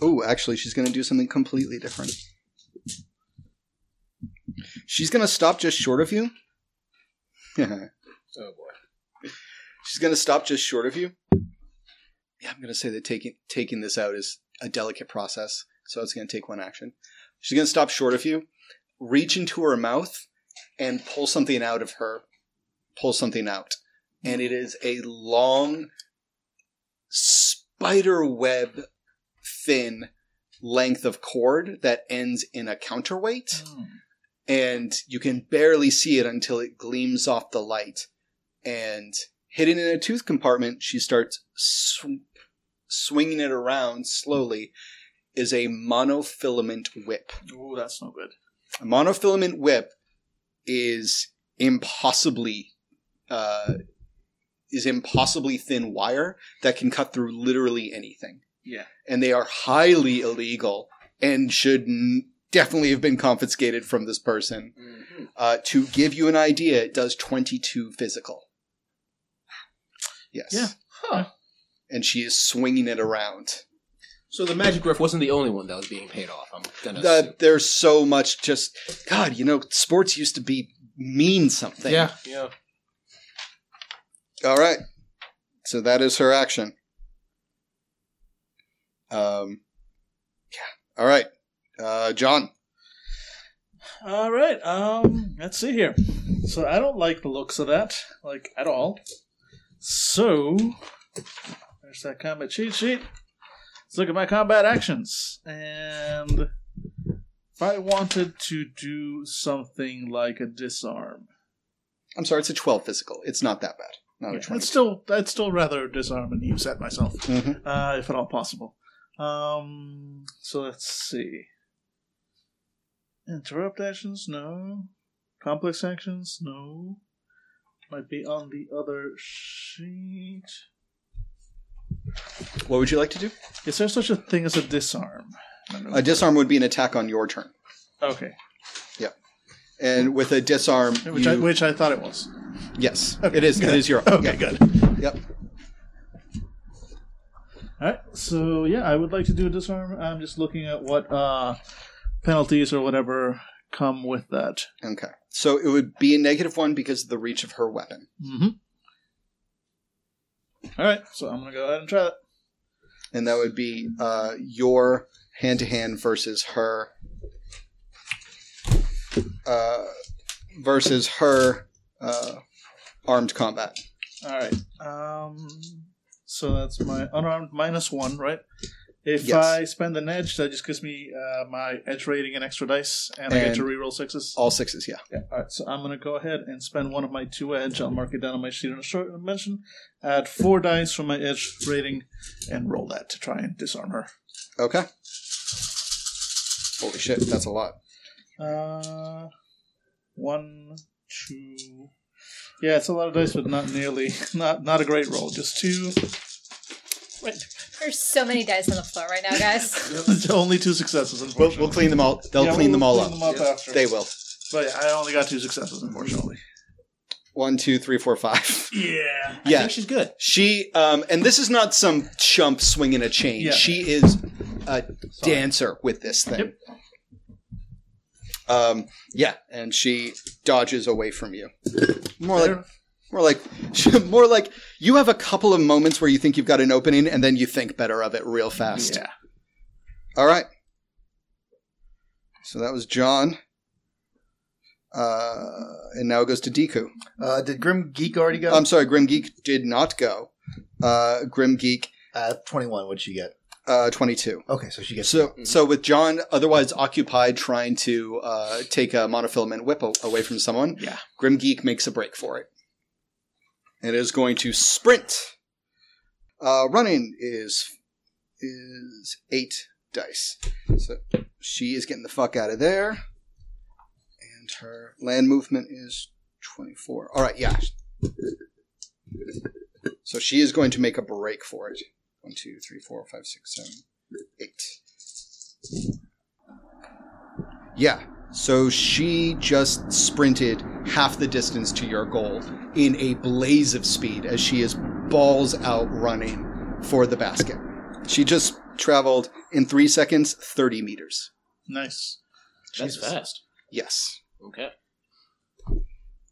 Speaker 2: Oh, actually, she's going to do something completely different. She's going to stop just short of you. she's
Speaker 7: Oh, boy.
Speaker 2: going to stop just short of you. Yeah, I'm going to say that taking taking this out is a delicate process, so it's going to take one action. She's going to stop short of you, reach into her mouth, and pull something out of her. Pull something out, and it is a long spider web thin length of cord that ends in a counterweight and you can barely see it until it gleams off the light and hidden in a tooth compartment she starts sw- swinging it around slowly is a monofilament whip
Speaker 6: Oh, that's no good.
Speaker 2: a monofilament whip is impossibly uh, is impossibly thin wire that can cut through literally anything.
Speaker 6: Yeah.
Speaker 2: and they are highly illegal and should n- definitely have been confiscated from this person.
Speaker 6: Mm-hmm.
Speaker 2: Uh, to give you an idea, it does twenty two physical. Yes.
Speaker 6: Yeah. Huh.
Speaker 2: And she is swinging it around.
Speaker 7: So the magic ref wasn't the only one that was being paid off. I'm gonna.
Speaker 2: The, there's so much just God, you know, sports used to be mean
Speaker 7: assume.
Speaker 2: something.
Speaker 7: yeah, yeah.
Speaker 2: All right. So that is her action. Um. Yeah. All right. Uh, John.
Speaker 6: All right. Um, let's see here. So I don't like the looks of that, like at all. So there's that combat cheat sheet. Let's look at my combat actions. And if I wanted to do something like a disarm,
Speaker 2: I'm sorry. It's a 12 physical. It's not that bad. Not a
Speaker 6: yeah,
Speaker 2: 20.
Speaker 6: I'd still I'd still rather disarm and use that myself,
Speaker 2: Mhm.
Speaker 6: uh, if at all possible. Um, so let's see. Interrupt actions? No. Complex actions? No. Might be on the other sheet.
Speaker 2: What would you like to do?
Speaker 6: Is there such a thing as a disarm? I don't know.
Speaker 2: A disarm would be an attack on your turn,
Speaker 6: okay,
Speaker 2: and with a disarm,
Speaker 6: which
Speaker 2: you-
Speaker 6: I which I thought it was.
Speaker 2: yes, it is. It is your.
Speaker 6: Okay, good.
Speaker 2: yeah, Yep.
Speaker 6: All right, so yeah, I would like to do a disarm. I'm just looking at what uh, penalties or whatever come with that.
Speaker 2: Okay. So it would be a negative one because of the reach of her weapon.
Speaker 6: Mm-hmm. All right, so I'm gonna go ahead and try that.
Speaker 2: and that would be uh, your hand to hand versus her uh, versus her uh, armed combat.
Speaker 6: All right. Um, so that's my unarmed minus one, right? If
Speaker 2: Yes.
Speaker 6: I spend an edge, that just gives me uh, my edge rating and extra dice, and, I get to
Speaker 2: And-
Speaker 6: reroll sixes.
Speaker 2: All sixes, yeah.
Speaker 6: Yeah. All right, so I'm gonna go ahead and spend one of my two edge. I'll mark it down on my sheet in a short mention. Add four dice from my edge rating, and roll that to try and disarm her.
Speaker 2: Okay. Holy shit, that's a lot.
Speaker 6: Uh, one, two. Yeah, it's a lot of dice, but not nearly, not not a great roll. Just two. Right.
Speaker 5: There's so many dice on the floor right now, guys.
Speaker 6: Only two successes,
Speaker 2: We'll,
Speaker 6: unfortunately.
Speaker 2: we'll clean them all. They'll
Speaker 6: Yeah,
Speaker 2: clean
Speaker 6: we'll
Speaker 2: them all
Speaker 6: clean
Speaker 2: up.
Speaker 6: them up after.
Speaker 2: They will.
Speaker 6: But yeah, I only got two successes, unfortunately.
Speaker 2: One, two, three, four, five.
Speaker 6: Yeah.
Speaker 2: Yeah.
Speaker 1: I think she's good.
Speaker 2: She um, and this is not some chump swinging a chain.
Speaker 6: Yeah.
Speaker 2: She is a dancer with this thing. Um, yeah, and she dodges away from you. More like, more like, more like you have a couple of moments where you think you've got an opening, and then you think better of it real fast.
Speaker 6: Yeah.
Speaker 2: All right. So that was John. Uh, and now it goes to Deku.
Speaker 4: Uh, did Grim Geek already go?
Speaker 3: Um,
Speaker 2: I'm sorry, Grim Geek did not go. Uh, Grim Geek
Speaker 4: uh, 21, what'd she get?
Speaker 2: uh, 22.
Speaker 4: Okay, so she gets.
Speaker 2: So, so with John otherwise occupied trying to uh, take a monofilament whip a- away from someone,
Speaker 6: Yeah.
Speaker 2: Grim Geek makes a break for it. It is going to sprint. Uh, running is is eight dice, so she is getting the fuck out of there, and her land movement is twenty four. All right, yeah. So she is going to make a break for it. One, two, three, four, five, six, seven, eight. Yeah. So she just sprinted half the distance to your goal in a blaze of speed as she is balls out running for the basket. She just traveled in three seconds, 30 meters.
Speaker 6: Nice.
Speaker 1: That's fast.
Speaker 2: Yes.
Speaker 1: Okay.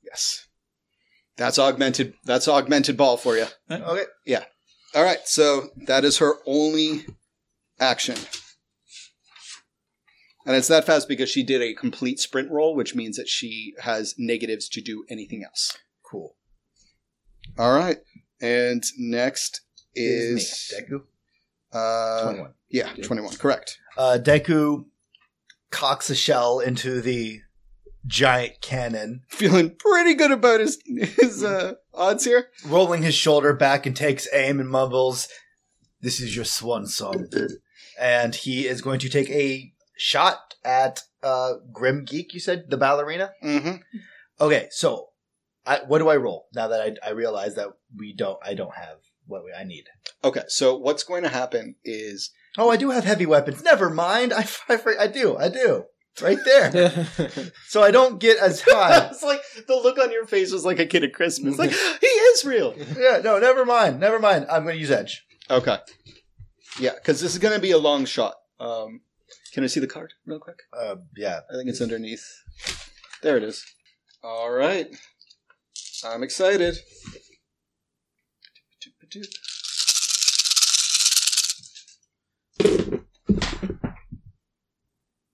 Speaker 2: Yes. That's augmented. That's augmented ball for you.
Speaker 4: Okay.
Speaker 2: Yeah. All right. So that is her only action. And it's that fast because she did a complete sprint roll, which means that she has negatives to do anything else.
Speaker 4: Cool.
Speaker 2: All right. And next
Speaker 4: Is,
Speaker 2: is,
Speaker 4: me. Deku?
Speaker 2: uh,
Speaker 4: 21.
Speaker 2: yeah, 21. Correct.
Speaker 4: Uh, Deku cocks a shell into the giant cannon,
Speaker 2: Feeling pretty good about his, his uh, odds here.
Speaker 4: rolling his shoulder back and takes aim and mumbles, This is your swan song. and he is going to take a shot at uh, Grim Geek, you said? The ballerina?
Speaker 2: Mm-hmm.
Speaker 4: Okay, so I, what do I roll now that I, I realize that we don't? I don't have what we, I need.
Speaker 2: Okay. So what's going to happen is
Speaker 4: Oh, I do have heavy weapons. Never mind. I I, fr- I do. I do. Right there. so I don't get as high.
Speaker 2: it's like the look on your face was like a kid at Christmas. Like, he is real.
Speaker 4: yeah. No. Never mind. Never mind. I'm going to use edge.
Speaker 2: Okay. Yeah, because this is going to be a long shot. Um, can I see the card real quick?
Speaker 4: Uh, yeah.
Speaker 2: I think it's underneath. There it is. All right. I'm excited.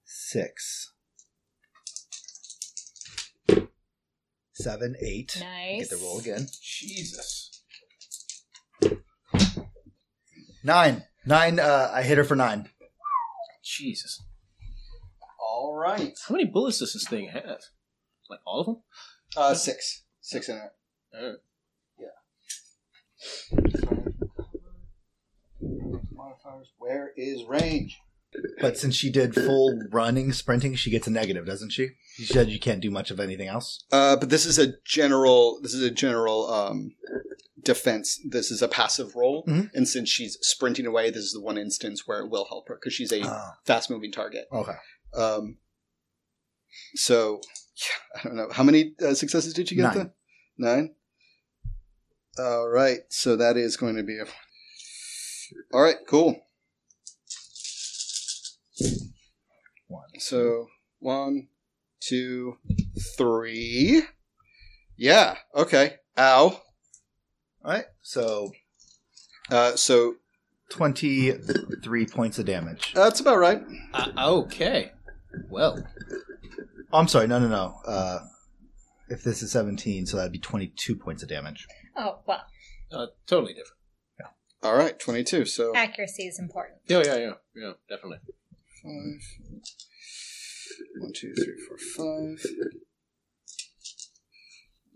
Speaker 4: Six. Seven, eight.
Speaker 5: Nice.
Speaker 4: Get the roll again.
Speaker 7: Jesus.
Speaker 4: Nine. Nine. Uh, I hit her for nine.
Speaker 1: Jesus.
Speaker 2: All right.
Speaker 1: How many bullets does this thing have? Like all of them?
Speaker 2: Uh, six. Six in it. Yeah. Modifiers. Where is range?
Speaker 4: But since she did full running, sprinting, she gets a negative, doesn't she? She said you can't do much of anything else.
Speaker 2: Uh, but this is a general. This is a general um, defense. This is a passive role,
Speaker 4: Mhm.
Speaker 2: and since she's sprinting away, this is the one instance where it will help her because she's a
Speaker 4: Oh,
Speaker 2: fast-moving target.
Speaker 4: okay.
Speaker 2: Um, so yeah, I don't know how many uh, successes did you get?
Speaker 4: Nine.
Speaker 2: Then? Nine. All right, so that is going to be a. All right, cool.
Speaker 4: One.
Speaker 2: So one, two, three. Yeah. Okay. Ow.
Speaker 4: All right. So
Speaker 2: Uh, so
Speaker 4: 23 points of damage.
Speaker 2: that's about right.
Speaker 1: Uh, okay. Well,
Speaker 4: Oh, I'm sorry. No, no, no. Uh, if this is 17, so that'd be 22 points of damage.
Speaker 5: Oh well,
Speaker 1: uh, totally different.
Speaker 2: All right, twenty-two. So
Speaker 5: accuracy is important.
Speaker 1: Yeah, yeah, yeah. Yeah, definitely.
Speaker 2: five. One, two, three, four, five.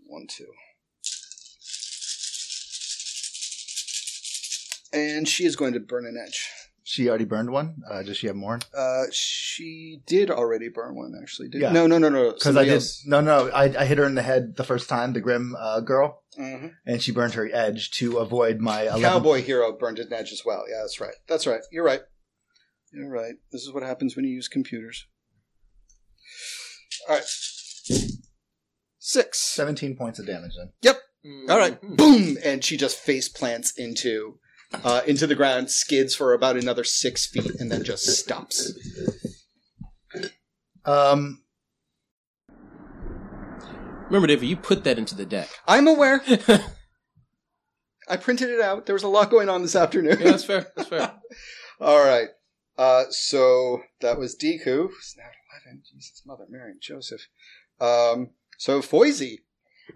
Speaker 2: One, two. And she is going to burn an edge.
Speaker 4: She already burned one. Uh, does she have more?
Speaker 2: Uh, she did already burn one, actually. Did
Speaker 4: Yeah.
Speaker 2: no, no, no, no.
Speaker 4: Because I did. No, no. I, I hit her in the head the first time, the grim uh, girl,
Speaker 2: hmm
Speaker 4: and she burned her edge to avoid my 11
Speaker 2: Cowboy hero burned an edge as well. Yeah, that's right. That's right. You're right. You're right. This is what happens when you use computers. All right. Six.
Speaker 4: 17 points of damage. Then
Speaker 2: All right, Mm-hmm. boom, and she just face plants into uh, into the ground, skids for about another six feet, and then just stops.
Speaker 4: um,
Speaker 7: Remember, David, you put that into the deck.
Speaker 2: I'm aware.
Speaker 7: yeah,
Speaker 2: I printed it out. There was a lot going on this afternoon.
Speaker 7: that's fair. That's fair.
Speaker 2: All right. Uh, so that was Deku. It's now at eleven. Jesus, Mother Mary, and Joseph. Um, so Foisey.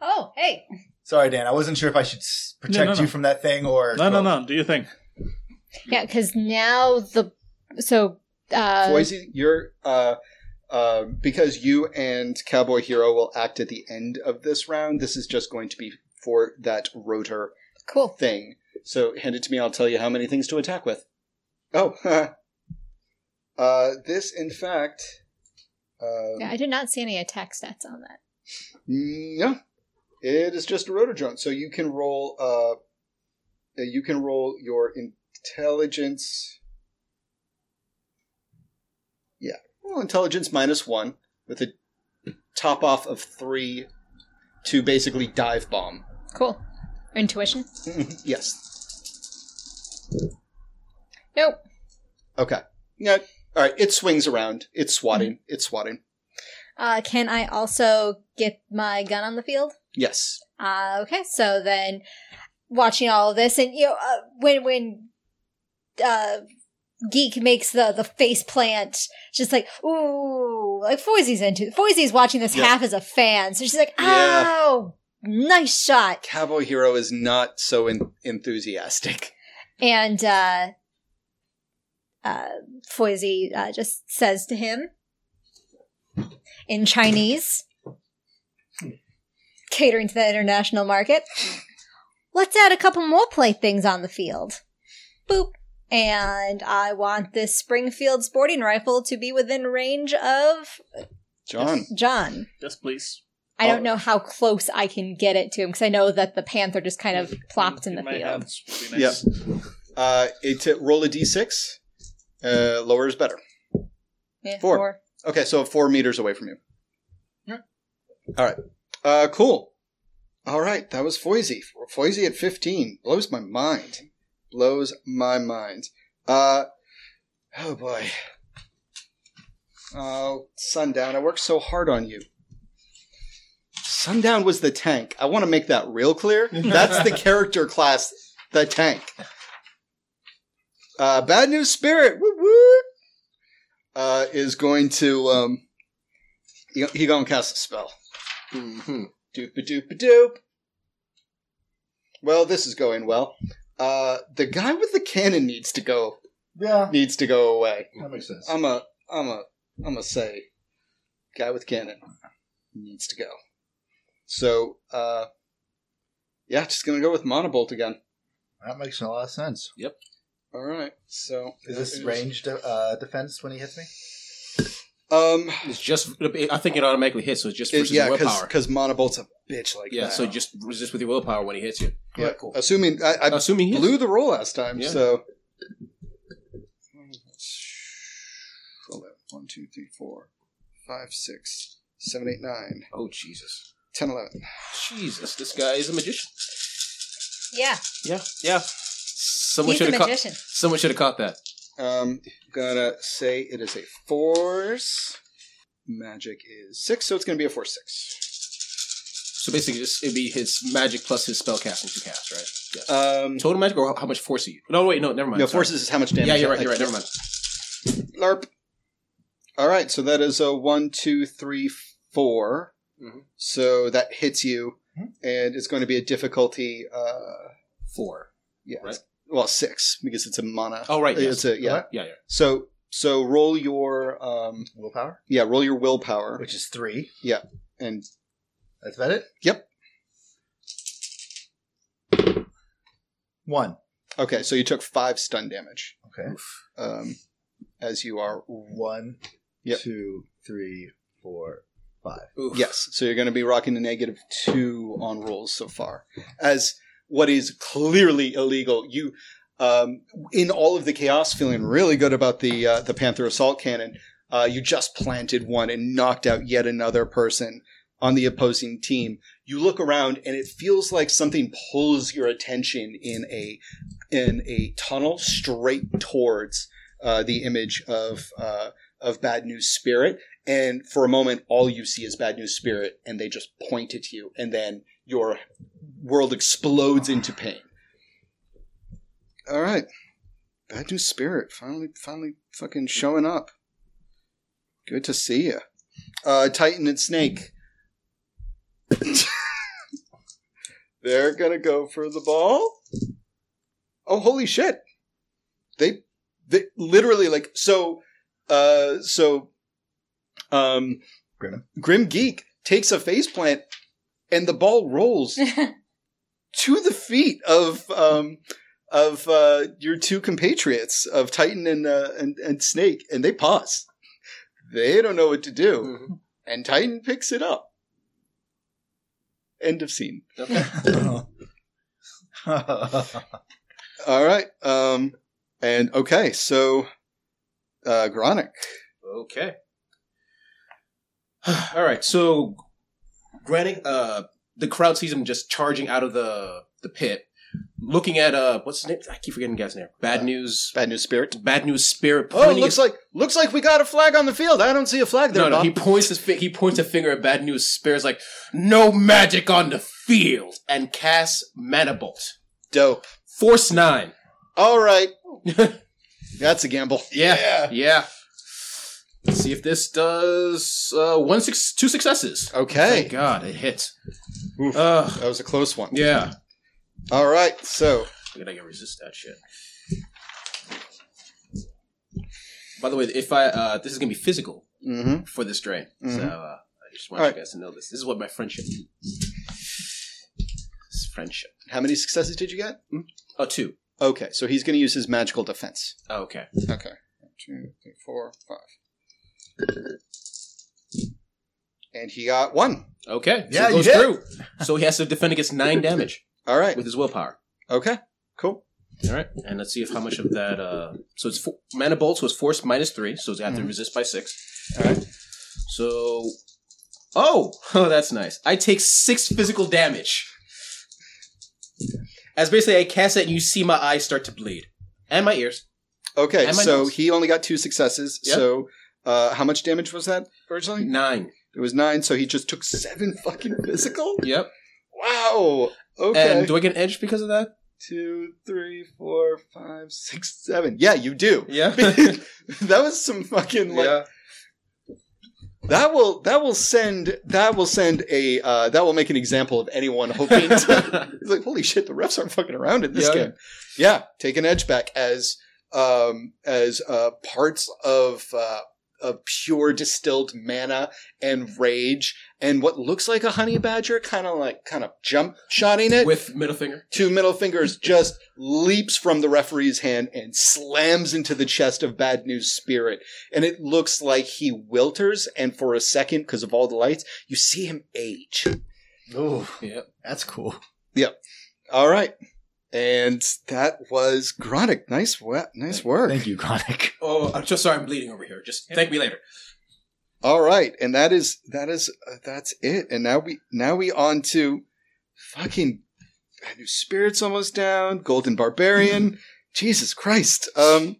Speaker 5: Oh, hey.
Speaker 4: sorry, Dan. I wasn't sure if I should s- protect
Speaker 6: no, no.
Speaker 4: you from that thing or
Speaker 6: No, no, no. Do you think?
Speaker 5: Yeah, because now the so uh,
Speaker 2: Foisey, you're uh, uh, because you and Cowboy Hero will act at the end of this round. This is just going to be for that rotor
Speaker 5: cool.
Speaker 2: thing. So hand it to me. I'll tell you how many things to attack with. Oh, uh, this in fact. Uh,
Speaker 5: Yeah, I did not see any attack stats on that.
Speaker 2: No, it is just a rotor drone. So you can roll. Uh, you can roll your intelligence. Yeah, well, intelligence minus one with a top off of three to basically dive bomb.
Speaker 5: Cool. Intuition?
Speaker 2: yes.
Speaker 5: Nope.
Speaker 2: Okay. Yeah. All right. It swings around. It's swatting. It's swatting.
Speaker 5: Uh, can I also get my gun on the field?
Speaker 2: Yes.
Speaker 5: Uh, okay, so then watching all of this, and you know, uh, when when uh, Geek makes the the face plant, just like ooh, like Foisey's into Foisey's watching this
Speaker 2: Yeah.
Speaker 5: half as a fan, so she's like,
Speaker 2: Yeah.
Speaker 5: oh, nice shot,
Speaker 2: Cowboy Hero is not so en- enthusiastic.
Speaker 5: and uh, uh, Foisey uh, just says to him in Chinese, catering to the international market, let's add a couple more playthings on the field. Boop. And I want this Springfield sporting rifle to be within range of
Speaker 2: John.
Speaker 5: John.
Speaker 6: Yes, please.
Speaker 5: I
Speaker 2: Oh.
Speaker 5: don't know how close I can get it to him because I know that the panther just kind of plopped in the
Speaker 6: my
Speaker 5: field.
Speaker 6: hands would be nice.
Speaker 2: Uh, it roll a d6. Uh, lower is better.
Speaker 5: Yeah,
Speaker 2: Four. Okay, so four meters away from you. All right. Uh, cool. All right, that was Foisey. Foisey at 15. Blows my mind. Blows my mind. Uh, oh boy. Oh, Sundown, I worked so hard on you. Sundown was the tank. I want to make that real clear. That's the character class, the tank. Uh, Bad News Spirit. Woo woo uh, is going to um, he, he gonna cast a spell.
Speaker 7: hmm
Speaker 2: Doop a doop a doop. Well, this is going well. Uh, the guy with the cannon needs to go
Speaker 4: yeah,
Speaker 2: needs to go away.
Speaker 4: that makes sense.
Speaker 2: I'm a I'm a I'm a say guy with cannon needs to go. So uh, yeah, just gonna go with monobolt again.
Speaker 4: that makes a lot of sense.
Speaker 2: All right. So
Speaker 4: Is this ranged uh, defense when he hits me?
Speaker 2: Um,
Speaker 7: It's just. I think it automatically hits, so it's just
Speaker 2: it,
Speaker 7: versus
Speaker 2: yeah,
Speaker 7: willpower.
Speaker 2: because monobolt's a bitch like
Speaker 7: Yeah,
Speaker 2: that.
Speaker 7: so just resist with your willpower when he hits you.
Speaker 2: yeah, cool. Assuming I, I
Speaker 7: Assuming he hits.
Speaker 2: blew the roll last time,
Speaker 7: Yeah.
Speaker 2: so. Hold on. One, two, three, four, five, six, seven, eight, nine,
Speaker 7: Oh Jesus,
Speaker 2: 10, 11.
Speaker 7: Jesus! This guy is a magician.
Speaker 5: Yeah,
Speaker 7: Yeah, yeah. Someone
Speaker 5: he's a
Speaker 7: should have caught.
Speaker 5: magician.
Speaker 7: Someone should have caught that.
Speaker 2: Um, gonna say it is a force. Magic is six, so it's gonna be a force six.
Speaker 7: So basically, just it'd be his magic plus his spell casting to cast, right? Yeah.
Speaker 2: Um,
Speaker 7: Total magic or how much force are you? No, wait, no, never mind.
Speaker 2: no,
Speaker 7: sorry.
Speaker 2: forces is how much damage.
Speaker 7: Yeah, you're right.
Speaker 2: I-
Speaker 7: You're right. Never mind.
Speaker 2: LARP. All right, so that is a one, two, three, four.
Speaker 7: Mhm.
Speaker 2: So that hits you,
Speaker 4: Mm-hmm.
Speaker 2: and it's going to be a difficulty. Uh,
Speaker 7: Four.
Speaker 2: yeah,
Speaker 7: Right.
Speaker 2: well, six because it's a mana.
Speaker 7: Oh, right, yes.
Speaker 2: It's a, yeah.
Speaker 4: Okay.
Speaker 7: Yeah, yeah.
Speaker 2: So so roll your um
Speaker 4: Willpower,
Speaker 2: yeah roll your willpower
Speaker 4: which is three.
Speaker 2: and
Speaker 4: That's about it.
Speaker 2: Yep.
Speaker 4: One.
Speaker 2: okay, so you took five stun damage.
Speaker 4: Okay.
Speaker 2: um, as you are.
Speaker 4: One,
Speaker 2: Yep.
Speaker 4: two, three, four, five.
Speaker 7: Oof.
Speaker 2: Yes, so you're going to be rocking a negative two on rolls so far, as what is clearly illegal. You, um, in all of the chaos, feeling really good about the uh, the Panther assault cannon. Uh, you just planted one and knocked out yet another person on the opposing team. You look around and it feels like something pulls your attention in a in a tunnel straight towards uh, the image of uh, of Bad News Spirit. And for a moment, all you see is Bad News Spirit, and they just point at you, and then your world explodes into pain. All right, Bad News Spirit finally, finally, fucking showing up. Good to see you, uh, Titan and Snake. They're gonna go for the ball. Oh, holy shit! They, they literally like so. Uh, so um,
Speaker 4: Grim.
Speaker 2: Grim Geek takes a faceplant and the ball rolls to the feet of um, of uh, your two compatriots of Titan and, uh, and and Snake, and they pause. They don't know what to do,
Speaker 7: Mhm.
Speaker 2: and Titan picks it up. End of scene.
Speaker 7: Okay.
Speaker 2: All right, um, and okay, so uh, Gronick.
Speaker 7: Okay. All right. So, granting uh, the crowd sees him just charging out of the the pit, looking at uh, what's his name? I keep forgetting the guy's name. Bad news.
Speaker 2: Bad news, spirit.
Speaker 7: Bad news. Spirit.
Speaker 2: Uh, Oh,
Speaker 7: pointing
Speaker 2: looks
Speaker 7: his-
Speaker 2: like looks like we got a flag on the field. I don't see a flag there.
Speaker 7: no, no.
Speaker 2: Bob.
Speaker 7: He points his fi- he points a finger at Bad News Spirit's like no magic on the field and casts Mana Bolt.
Speaker 2: Dope.
Speaker 7: Force nine.
Speaker 2: All right, that's a gamble.
Speaker 7: Yeah. Yeah. Let's see if this does uh, one six two successes. Thank
Speaker 2: Okay.
Speaker 7: God it hits.
Speaker 2: Oof.
Speaker 7: Ugh,
Speaker 2: That was a close one.
Speaker 7: yeah.
Speaker 2: All right. So,
Speaker 7: Look at I can resist that shit. By the way, if I uh, this is gonna be physical
Speaker 2: mhm.
Speaker 7: for this drain, so
Speaker 2: Mhm.
Speaker 7: uh, I just want
Speaker 2: Alright.
Speaker 7: you guys to know this. This is what my friendship. means. It's friendship.
Speaker 2: how many successes did you get?
Speaker 7: Oh, two.
Speaker 2: Okay. So he's going to use his magical defense.
Speaker 7: Oh, okay.
Speaker 2: Okay. One, Two, three, four, five. And he got one.
Speaker 7: Okay.
Speaker 4: Yeah,
Speaker 7: it
Speaker 4: you did.
Speaker 7: through. So he has to defend against nine damage
Speaker 2: All right.
Speaker 7: with his willpower.
Speaker 2: Okay. Cool.
Speaker 7: All right, and let's see if how much of that. Uh, so it's four, mana bolt, so it's force minus three, so it's have to resist by six. All right. So, oh, oh, that's nice. I take six physical damage. As basically, I cast it, and you see my eyes start to bleed, and my ears.
Speaker 2: Okay.
Speaker 7: And my
Speaker 2: So
Speaker 7: nose.
Speaker 2: he only got two successes.
Speaker 7: Yeah. Mm-hmm.
Speaker 2: So uh, how much damage was that originally?
Speaker 7: Nine.
Speaker 2: It was nine. So he just took seven fucking physical.
Speaker 7: Yep.
Speaker 2: Wow. Okay.
Speaker 7: And do I get an edge because of that?
Speaker 2: two, three, four, five, six, seven. Yeah, you do.
Speaker 7: Yeah.
Speaker 2: that was some fucking like
Speaker 7: yeah.
Speaker 2: That will that will send that will send a uh, that will make an example of anyone hoping to It's like holy shit the refs aren't fucking around in this
Speaker 7: Yeah.
Speaker 2: game. Yeah, take an edge back as um, as uh, parts of uh, of pure distilled mana and rage and what looks like a honey badger kind of like kind of jump shotting it
Speaker 7: With middle finger.
Speaker 2: two middle fingers just leaps from the referee's hand and slams into the chest of bad news spirit and it looks like he wilters and for a second because of all the lights you see him age
Speaker 4: Ooh,
Speaker 7: Yeah.
Speaker 4: that's cool.
Speaker 2: all right and that was Gronick. Nice, wa- nice work.
Speaker 4: Thank you, Chronic.
Speaker 7: Oh, I'm so sorry. I'm bleeding over here. Just thank me later.
Speaker 2: All right, and that is that is uh, that's it. And now we now we on to fucking Bad new spirits almost down. Golden barbarian, Jesus Christ. Um,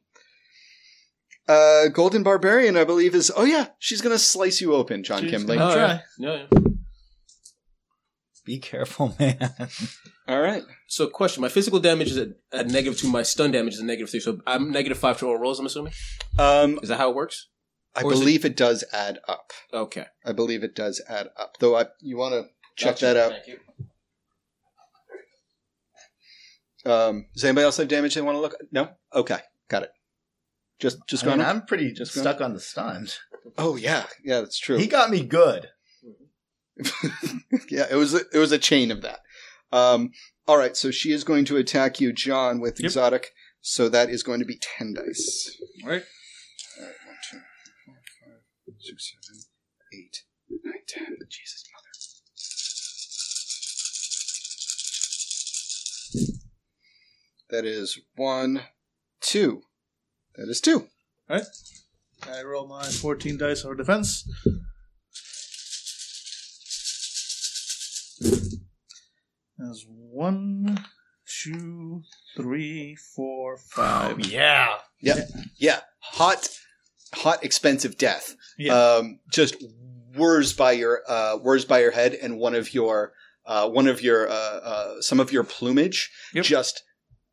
Speaker 2: uh, golden barbarian, I believe is. Oh yeah, she's gonna slice you open, John
Speaker 3: She's
Speaker 2: Kimbley.
Speaker 3: gonna-
Speaker 7: Oh,
Speaker 3: try.
Speaker 7: yeah. No, yeah.
Speaker 4: Be careful, man.
Speaker 2: All right,
Speaker 7: So, question: My physical damage is a, a negative two. My stun damage is a negative three. So I'm negative five to all rolls. I'm assuming.
Speaker 2: um,
Speaker 7: Is that how it works?
Speaker 2: I
Speaker 7: Or is it-
Speaker 2: believe it does add up.
Speaker 7: Okay.
Speaker 2: I believe it does add up. Though I, you want to check
Speaker 7: Gotcha.
Speaker 2: that out.
Speaker 7: Thank you.
Speaker 2: Um, does anybody else have damage they want to look? No. Okay, got it. Just just
Speaker 4: I mean,
Speaker 2: going on.
Speaker 4: I'm pretty
Speaker 2: Just gone
Speaker 4: stuck on the stunned.
Speaker 2: Oh yeah, yeah, that's true.
Speaker 4: He got me good.
Speaker 2: yeah, it was a, it was a chain of that. Um, all right, so she is going to attack you, John, with
Speaker 6: Yep.
Speaker 2: exotic So that is going to be 10 dice.
Speaker 6: All right.
Speaker 2: All right, one, two, three, four, five, six, seven, eight, nine, ten. Oh, Jesus, mother. That is one, two. That is two.
Speaker 6: I roll my 14 dice for defense. There's one, two, three, four, five.
Speaker 2: Yeah. Yep. Yeah. Hot, hot, expensive death.
Speaker 6: Yeah.
Speaker 2: Um, just whirs by your uh, whirs by your head, and one of your uh, one of your uh, uh, some of your plumage
Speaker 6: Yep.
Speaker 2: just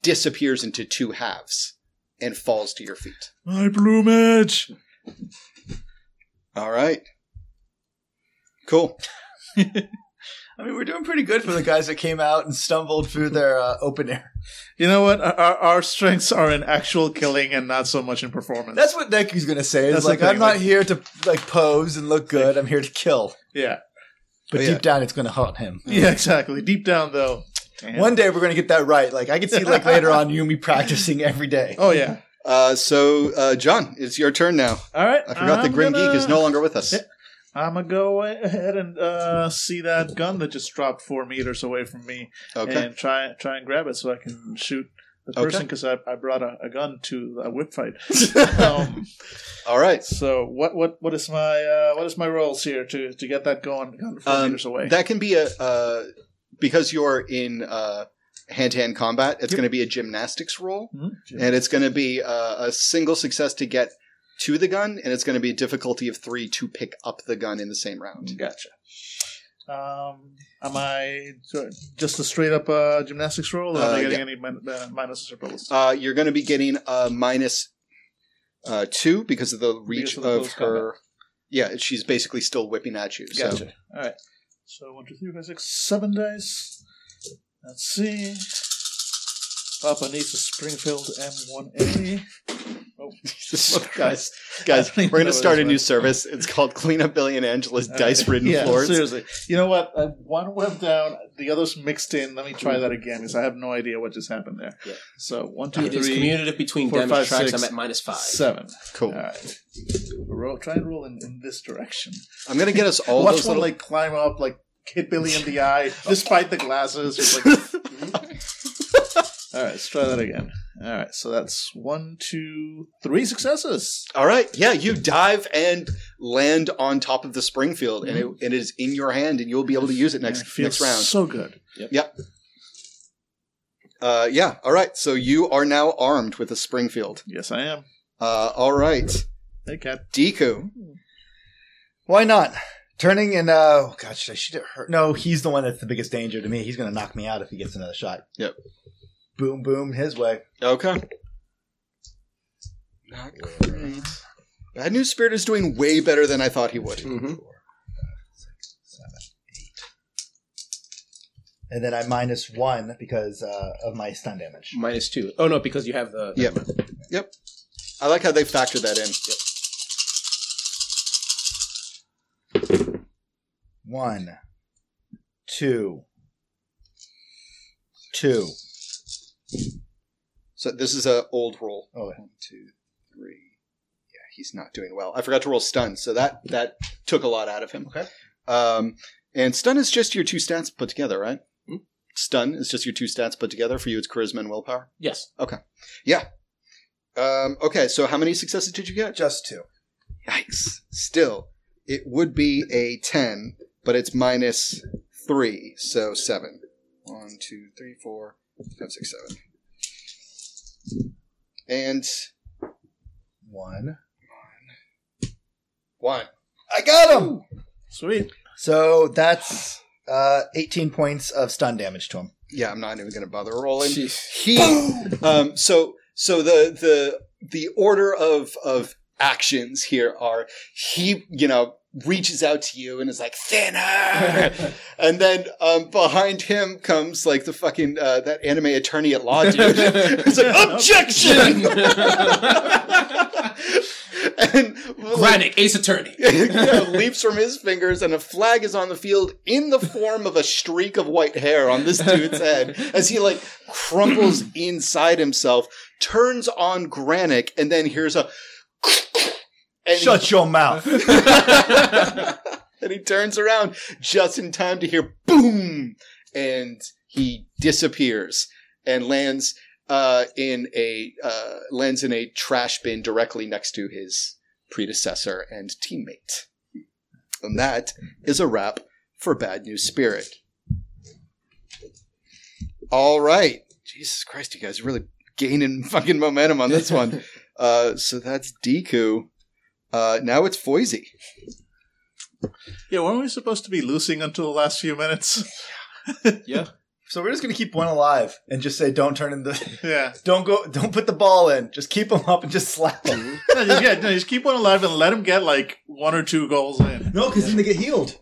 Speaker 2: disappears into two halves and falls to your feet.
Speaker 6: My plumage!
Speaker 2: All right. Cool.
Speaker 4: I mean, we're doing pretty good for the guys that came out and stumbled through their uh, open air.
Speaker 6: You know what? Our- Our, our strengths are in actual killing and not so much in performance.
Speaker 4: That's what Neku's gonna say. It's
Speaker 6: That's
Speaker 4: like
Speaker 6: the thing,
Speaker 4: I'm not
Speaker 6: like-
Speaker 4: here to like pose and look good. I'm here to kill.
Speaker 6: yeah.
Speaker 4: But
Speaker 2: Oh, yeah.
Speaker 4: deep down, it's gonna haunt him.
Speaker 6: Yeah, exactly. Deep down, though. Damn.
Speaker 4: One day we're gonna get that right. Like I can see like later on Yumi practicing every day.
Speaker 6: Oh, yeah.
Speaker 2: Uh, so, uh, John, it's your turn now.
Speaker 6: All right.
Speaker 2: I forgot the
Speaker 6: I'm
Speaker 2: Grim
Speaker 6: gonna-
Speaker 2: Geek is no longer with us.
Speaker 6: Yeah. I'm going to go ahead and uh, see that gun that just dropped four meters away from me
Speaker 2: Okay.
Speaker 6: and try try and grab it so I can shoot the
Speaker 2: Okay.
Speaker 6: person because I, I brought a, a gun to a whip fight. um,
Speaker 2: All right.
Speaker 6: so what what what is my uh, what is my roles here to, to get that going gun four
Speaker 2: Um,
Speaker 6: meters away?
Speaker 2: That can be a uh, because you're in uh, hand-to-hand combat. It's going to be a gymnastics roll,
Speaker 6: Mhm.
Speaker 2: and it's going to be uh, a single success to get to the gun, and it's going to be a difficulty of three to pick up the gun in the same round.
Speaker 6: Gotcha. Um, am I so, just a straight up uh, gymnastics roll? Or am
Speaker 2: Uh,
Speaker 6: I getting
Speaker 2: yeah.
Speaker 6: any min- uh, minuses or bonus?
Speaker 2: Uh, you're going to be getting a minus uh, two because of the reach
Speaker 6: Because of the
Speaker 2: of
Speaker 6: close
Speaker 2: her. Yeah, she's basically still whipping at you. So.
Speaker 6: Gotcha. All right. So one, two, three, four, six, seven dice. Let's see. Papa needs a Springfield M1A. Oh,
Speaker 2: Look, guys, guys,
Speaker 6: I don't
Speaker 2: we're going
Speaker 6: even know
Speaker 2: to
Speaker 6: what
Speaker 2: start a
Speaker 6: this
Speaker 2: new
Speaker 6: was.
Speaker 2: service. It's called Clean Up Billy and Angela's
Speaker 6: All right.
Speaker 2: Dice-Ridden
Speaker 6: yeah,
Speaker 2: Floors.
Speaker 6: Seriously, you know what? I, one web down, the others mixed in. Let me try that again because I have no idea what just happened there.
Speaker 7: Yeah.
Speaker 6: So one, two,
Speaker 7: It is
Speaker 6: three,
Speaker 7: commutative between
Speaker 6: four,
Speaker 7: damage
Speaker 6: five,
Speaker 7: tracks.
Speaker 6: six,
Speaker 7: I'm at minus five.
Speaker 6: seven.
Speaker 2: Cool.
Speaker 6: All right. Roll, try and roll in, in this direction.
Speaker 2: I'm gonna get us all
Speaker 6: Watch
Speaker 2: those
Speaker 6: one
Speaker 2: little.
Speaker 6: like climb up, like hit Billy in the eye, despite the glasses. It's like- All right, let's try that again. All right, so that's one, two, three successes.
Speaker 2: All right, yeah, you dive and land on top of the Springfield, and it, and it is in your hand, and you'll be able to use it
Speaker 6: And it
Speaker 2: next next
Speaker 6: feels
Speaker 2: round.
Speaker 6: So good.
Speaker 2: uh, yeah, all right. So you are now armed with a Springfield.
Speaker 6: Yes, I am.
Speaker 2: Uh, all right,
Speaker 6: Hey, cat.
Speaker 2: Deku.
Speaker 4: Why not? Turning and uh, oh god, should I shoot at her? No, he's the one that's the biggest danger to me. He's gonna knock me out if he gets another shot.
Speaker 2: Yep.
Speaker 4: Boom, boom, his way.
Speaker 2: Okay. Not great. Bad News Spirit is doing way better than I thought he would.
Speaker 7: Mm-hmm.
Speaker 4: And then I minus one because uh, of my stun damage.
Speaker 7: Minus two. Oh no, because you have the.
Speaker 2: Yep. Yep. I like how they factored that in.
Speaker 4: One, two, two.
Speaker 2: So this is a old roll.
Speaker 4: Oh,
Speaker 2: One, two, three. Yeah, he's not doing well. I forgot to roll stun, so that that took a lot out of him.
Speaker 4: Okay.
Speaker 2: Um, and stun is just your two stats put together, right?
Speaker 7: Hmm?
Speaker 2: Stun is just your two stats put together. For you, it's charisma and willpower.
Speaker 7: Yes.
Speaker 2: Um, okay, so how many successes did you get?
Speaker 4: Just two.
Speaker 2: Yikes! Still, it would be a ten, but it's minus three, so seven. One, two, three, four, five, six, seven. And
Speaker 4: One.
Speaker 2: one.
Speaker 4: I got him.
Speaker 6: Sweet.
Speaker 4: So that's uh, eighteen points of stun damage to him.
Speaker 2: yeah, I'm not even going to bother rolling.
Speaker 7: Jeez.
Speaker 2: He, um, so so the the the order of of actions here are he you know reaches out to you and is like thinner, and then um, behind him comes like the fucking uh, that anime attorney at law dude. it's like objection. and
Speaker 7: Granick, Ace Attorney.
Speaker 2: yeah, leaps from his fingers, and a flag is on the field in the form of a streak of white hair on this dude's head as he like crumples inside himself, turns on Granick, and then hears a. And he-
Speaker 4: Shut your mouth.
Speaker 2: and he turns around just in time to hear boom, and he disappears and lands uh, in a uh, lands in a trash bin directly next to his predecessor and teammate. And that is a wrap for Bad News Spirit. All right, Jesus Christ, you guys are really gaining fucking momentum on this one. Uh, so that's Deku. Uh, now it's Foisey.
Speaker 6: Yeah, weren't we supposed to be losing until the last few minutes?
Speaker 4: So we're just gonna keep one alive and just say, "Don't turn in the,
Speaker 6: yeah.
Speaker 4: don't go, don't put the ball in. Just keep them up and just slap them."
Speaker 6: No, just, yeah, no, just keep one alive and let him get like one or two goals in.
Speaker 4: no, because then they get healed.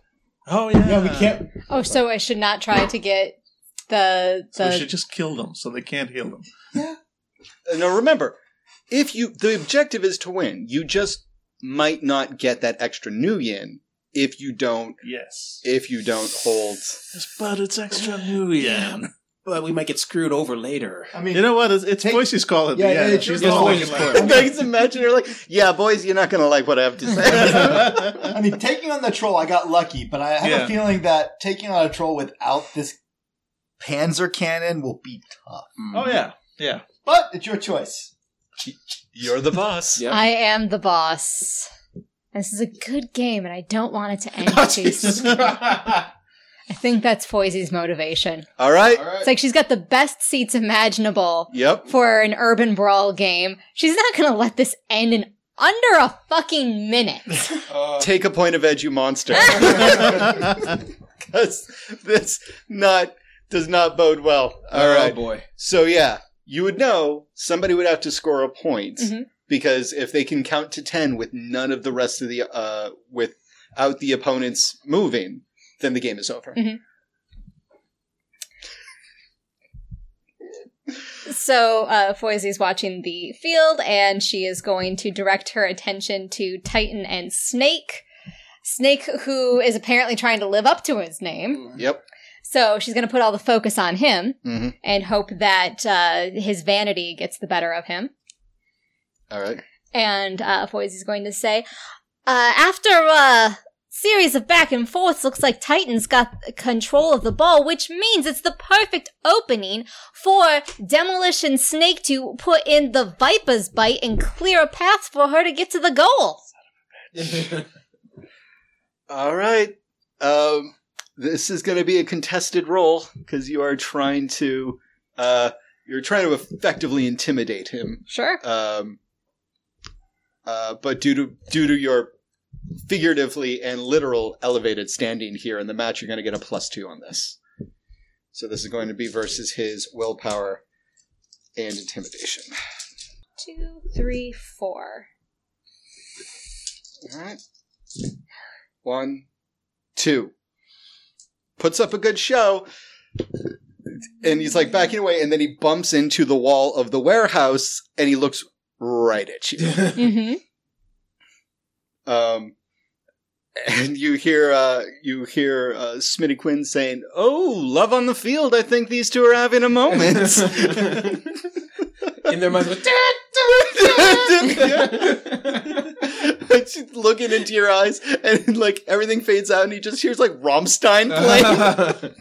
Speaker 6: Oh yeah,
Speaker 4: Yeah, we can't.
Speaker 5: Oh, so I should not try to get the
Speaker 6: So
Speaker 5: the
Speaker 6: we should just kill them so they can't heal them.
Speaker 2: Uh, Now remember, if you the objective is to win, you just might not get that extra new yen if you don't
Speaker 6: Yes.
Speaker 2: if you don't hold.
Speaker 6: Yes, but it's extra new yen.
Speaker 7: but we might get screwed over later.
Speaker 4: I mean,
Speaker 6: You know what? It's, it's
Speaker 4: Hey.
Speaker 6: Boise's call at
Speaker 4: Yeah,
Speaker 6: the
Speaker 4: yeah,
Speaker 6: end.
Speaker 4: it's
Speaker 6: She's
Speaker 4: your
Speaker 6: the
Speaker 4: call.
Speaker 6: one
Speaker 7: It's
Speaker 6: who's
Speaker 7: yours.
Speaker 2: Thanks, imagine you're like, yeah, boys, you're not gonna like what I have to say.
Speaker 6: like-
Speaker 4: I mean, taking on the troll, I got lucky, but I have
Speaker 6: Yeah.
Speaker 4: a feeling that taking on a troll without this Panzer cannon will be tough.
Speaker 6: Oh yeah, yeah.
Speaker 4: But it's your choice.
Speaker 2: you're the boss.
Speaker 7: Yeah.
Speaker 5: I am the boss. This is a good game, and I don't want it to end.
Speaker 2: Jesus.
Speaker 5: Chase. I think that's Foisey's motivation.
Speaker 2: All right.
Speaker 5: It's like she's got the best seats imaginable
Speaker 2: Yep.
Speaker 5: for an urban brawl game. She's not going to let this end in under a fucking minute.
Speaker 2: Take a point of edge, you monster. Because this not does not bode well. All
Speaker 7: oh,
Speaker 2: right.
Speaker 7: boy.
Speaker 2: So yeah, you would know somebody would have to score a point
Speaker 5: Mhm.
Speaker 2: because if they can count to ten with none of the rest of the uh without the opponents moving, then the game is over.
Speaker 5: Mhm. So uh, Foisey's watching the field, and she is going to direct her attention to Titan and Snake. Snake, who is apparently trying to live up to his name.
Speaker 2: Yep.
Speaker 5: So she's going to put all the focus on him
Speaker 2: Mm-hmm.
Speaker 5: and hope that uh, his vanity gets the better of him.
Speaker 2: All right.
Speaker 5: And uh, Foisey's going to say, uh, after a series of back and forths, looks like Titan's got control of the ball, which means it's the perfect opening for Demolition Snake to put in the Viper's bite and clear a path for her to get to the goal.
Speaker 2: All right. Um, this is going to be a contested role because you are trying to uh you're trying to effectively intimidate him.
Speaker 5: Sure.
Speaker 2: um, uh, but due to due to your figuratively and literal elevated standing here in the match, you're going to get a plus two on this. So this is going to be versus his willpower and intimidation.
Speaker 5: Two, three, four.
Speaker 2: All right, one, two. Puts up a good show. And he's like backing away, and then he bumps into the wall of the warehouse, and he looks right at you.
Speaker 5: mm-hmm.
Speaker 2: Um, and you hear uh, you hear uh, Smitty Quinn saying, "Oh, love on the field. I think these two are having a moment."
Speaker 7: In their minds, like,
Speaker 2: And She's looking into your eyes, and like everything fades out, and he just hears like Rammstein playing,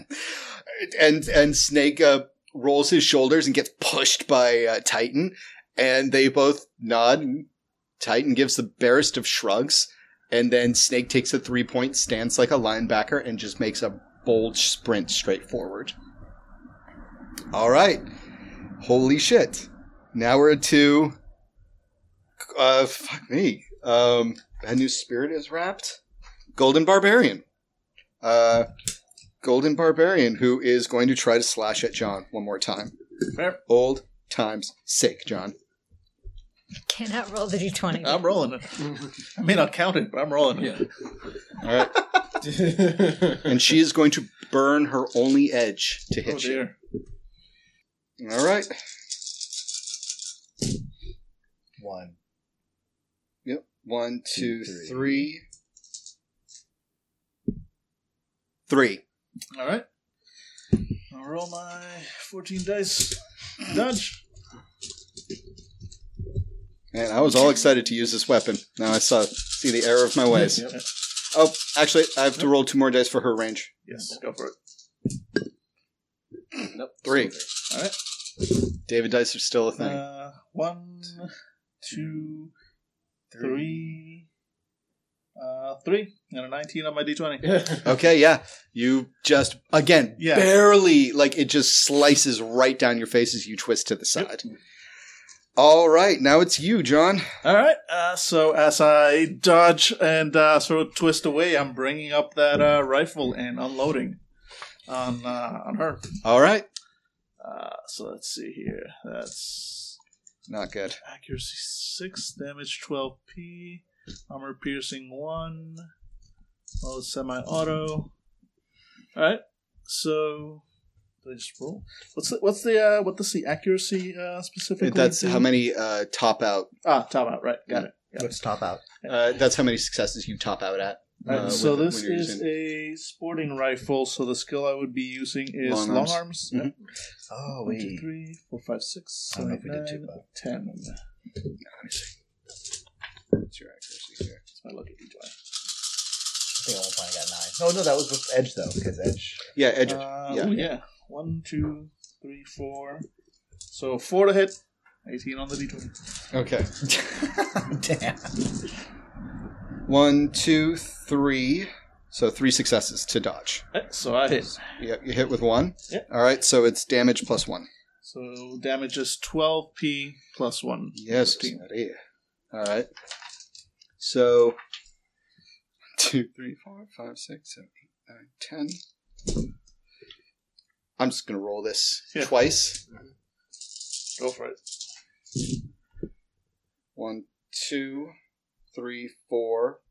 Speaker 2: and and Snake uh, rolls his shoulders and gets pushed by uh, Titan, and they both nod. And Titan gives the barest of shrugs, and then Snake takes a three point stance like a linebacker and just makes a bold sprint straight forward. All right. Holy shit. Now we're to. Uh, fuck me. Um, a new spirit is wrapped. Golden Barbarian. Uh, Golden Barbarian, who is going to try to slash at John one more time.
Speaker 6: Fair.
Speaker 2: Old times sake, John.
Speaker 5: Cannot roll the d20.
Speaker 6: I'm rolling it. I may not count it, but I'm rolling it.
Speaker 2: All right. and she is going to burn her only edge to hit
Speaker 6: Oh
Speaker 2: you.
Speaker 6: dear.
Speaker 2: All right.
Speaker 4: One.
Speaker 2: Yep. One, two,
Speaker 1: Two, three.
Speaker 2: three. Three.
Speaker 6: All right. I'll roll my 14 dice. Dodge.
Speaker 2: Man, I was all excited to use this weapon. Now I saw see the error of my ways.
Speaker 6: Yep.
Speaker 2: Oh, actually, I have to roll two more dice for her range.
Speaker 6: Yes, go for it.
Speaker 7: Nope.
Speaker 2: Three.
Speaker 6: All right.
Speaker 2: David dice are still a thing.
Speaker 6: Uh, one, two, three, uh, three, and a 19 on my d20.
Speaker 2: okay, yeah. You just again
Speaker 6: Yeah.
Speaker 2: barely like it just slices right down your face as you twist to the side. All right, now it's you, John.
Speaker 6: All right. Uh, so as I dodge and uh, sort of twist away, I'm bringing up that uh, rifle and unloading on uh, on her.
Speaker 2: All right.
Speaker 6: Uh, so let's see here. That's
Speaker 2: Not good.
Speaker 6: accuracy six, damage twelve p, armor piercing one, all semi-auto. All right. So did I just roll? What's the, what's the uh, what does the accuracy uh, specifically?
Speaker 2: That's
Speaker 6: do?
Speaker 2: how many uh, top out.
Speaker 6: Ah, top out. Right. Got it. Yeah.
Speaker 4: Let's top out.
Speaker 2: Uh, that's how many successes you top out at.
Speaker 6: All right,
Speaker 2: uh,
Speaker 6: so
Speaker 2: with-
Speaker 6: this
Speaker 2: when you're
Speaker 6: is
Speaker 2: using-
Speaker 6: a sporting rifle. So the skill I would be using is
Speaker 2: Long
Speaker 6: long,
Speaker 2: arms.
Speaker 6: arms.
Speaker 2: Mhm.
Speaker 4: Oh,
Speaker 6: One, two, three, four, five, six,
Speaker 4: I don't know
Speaker 6: seven,
Speaker 4: if
Speaker 6: eight,
Speaker 4: we did too
Speaker 6: nine, ten.
Speaker 2: What's your accuracy here?
Speaker 6: That's my lucky d20.
Speaker 4: I think at one point I got nine. Oh, No, no, that was with Edge though, because Edge.
Speaker 2: Yeah, Edge.
Speaker 6: Uh,
Speaker 2: Yeah.
Speaker 6: yeah. yeah. One, two, three, four. So four to hit. 18 on the d20.
Speaker 2: okay.
Speaker 4: Damn.
Speaker 2: One, two, three. So three successes to dodge.
Speaker 6: Eh, So I hit.
Speaker 2: Yep, you hit with one.
Speaker 6: Yep.
Speaker 2: All right, so it's damage plus one.
Speaker 6: So damage is 12p plus 1.
Speaker 2: Yes,
Speaker 6: 15.
Speaker 2: Maria. All right. So, two, three, four, five, six, seven, eight, nine, ten. I'm just gonna roll this
Speaker 6: Yeah.
Speaker 2: twice.
Speaker 6: Go for it.
Speaker 2: One, two, three, four,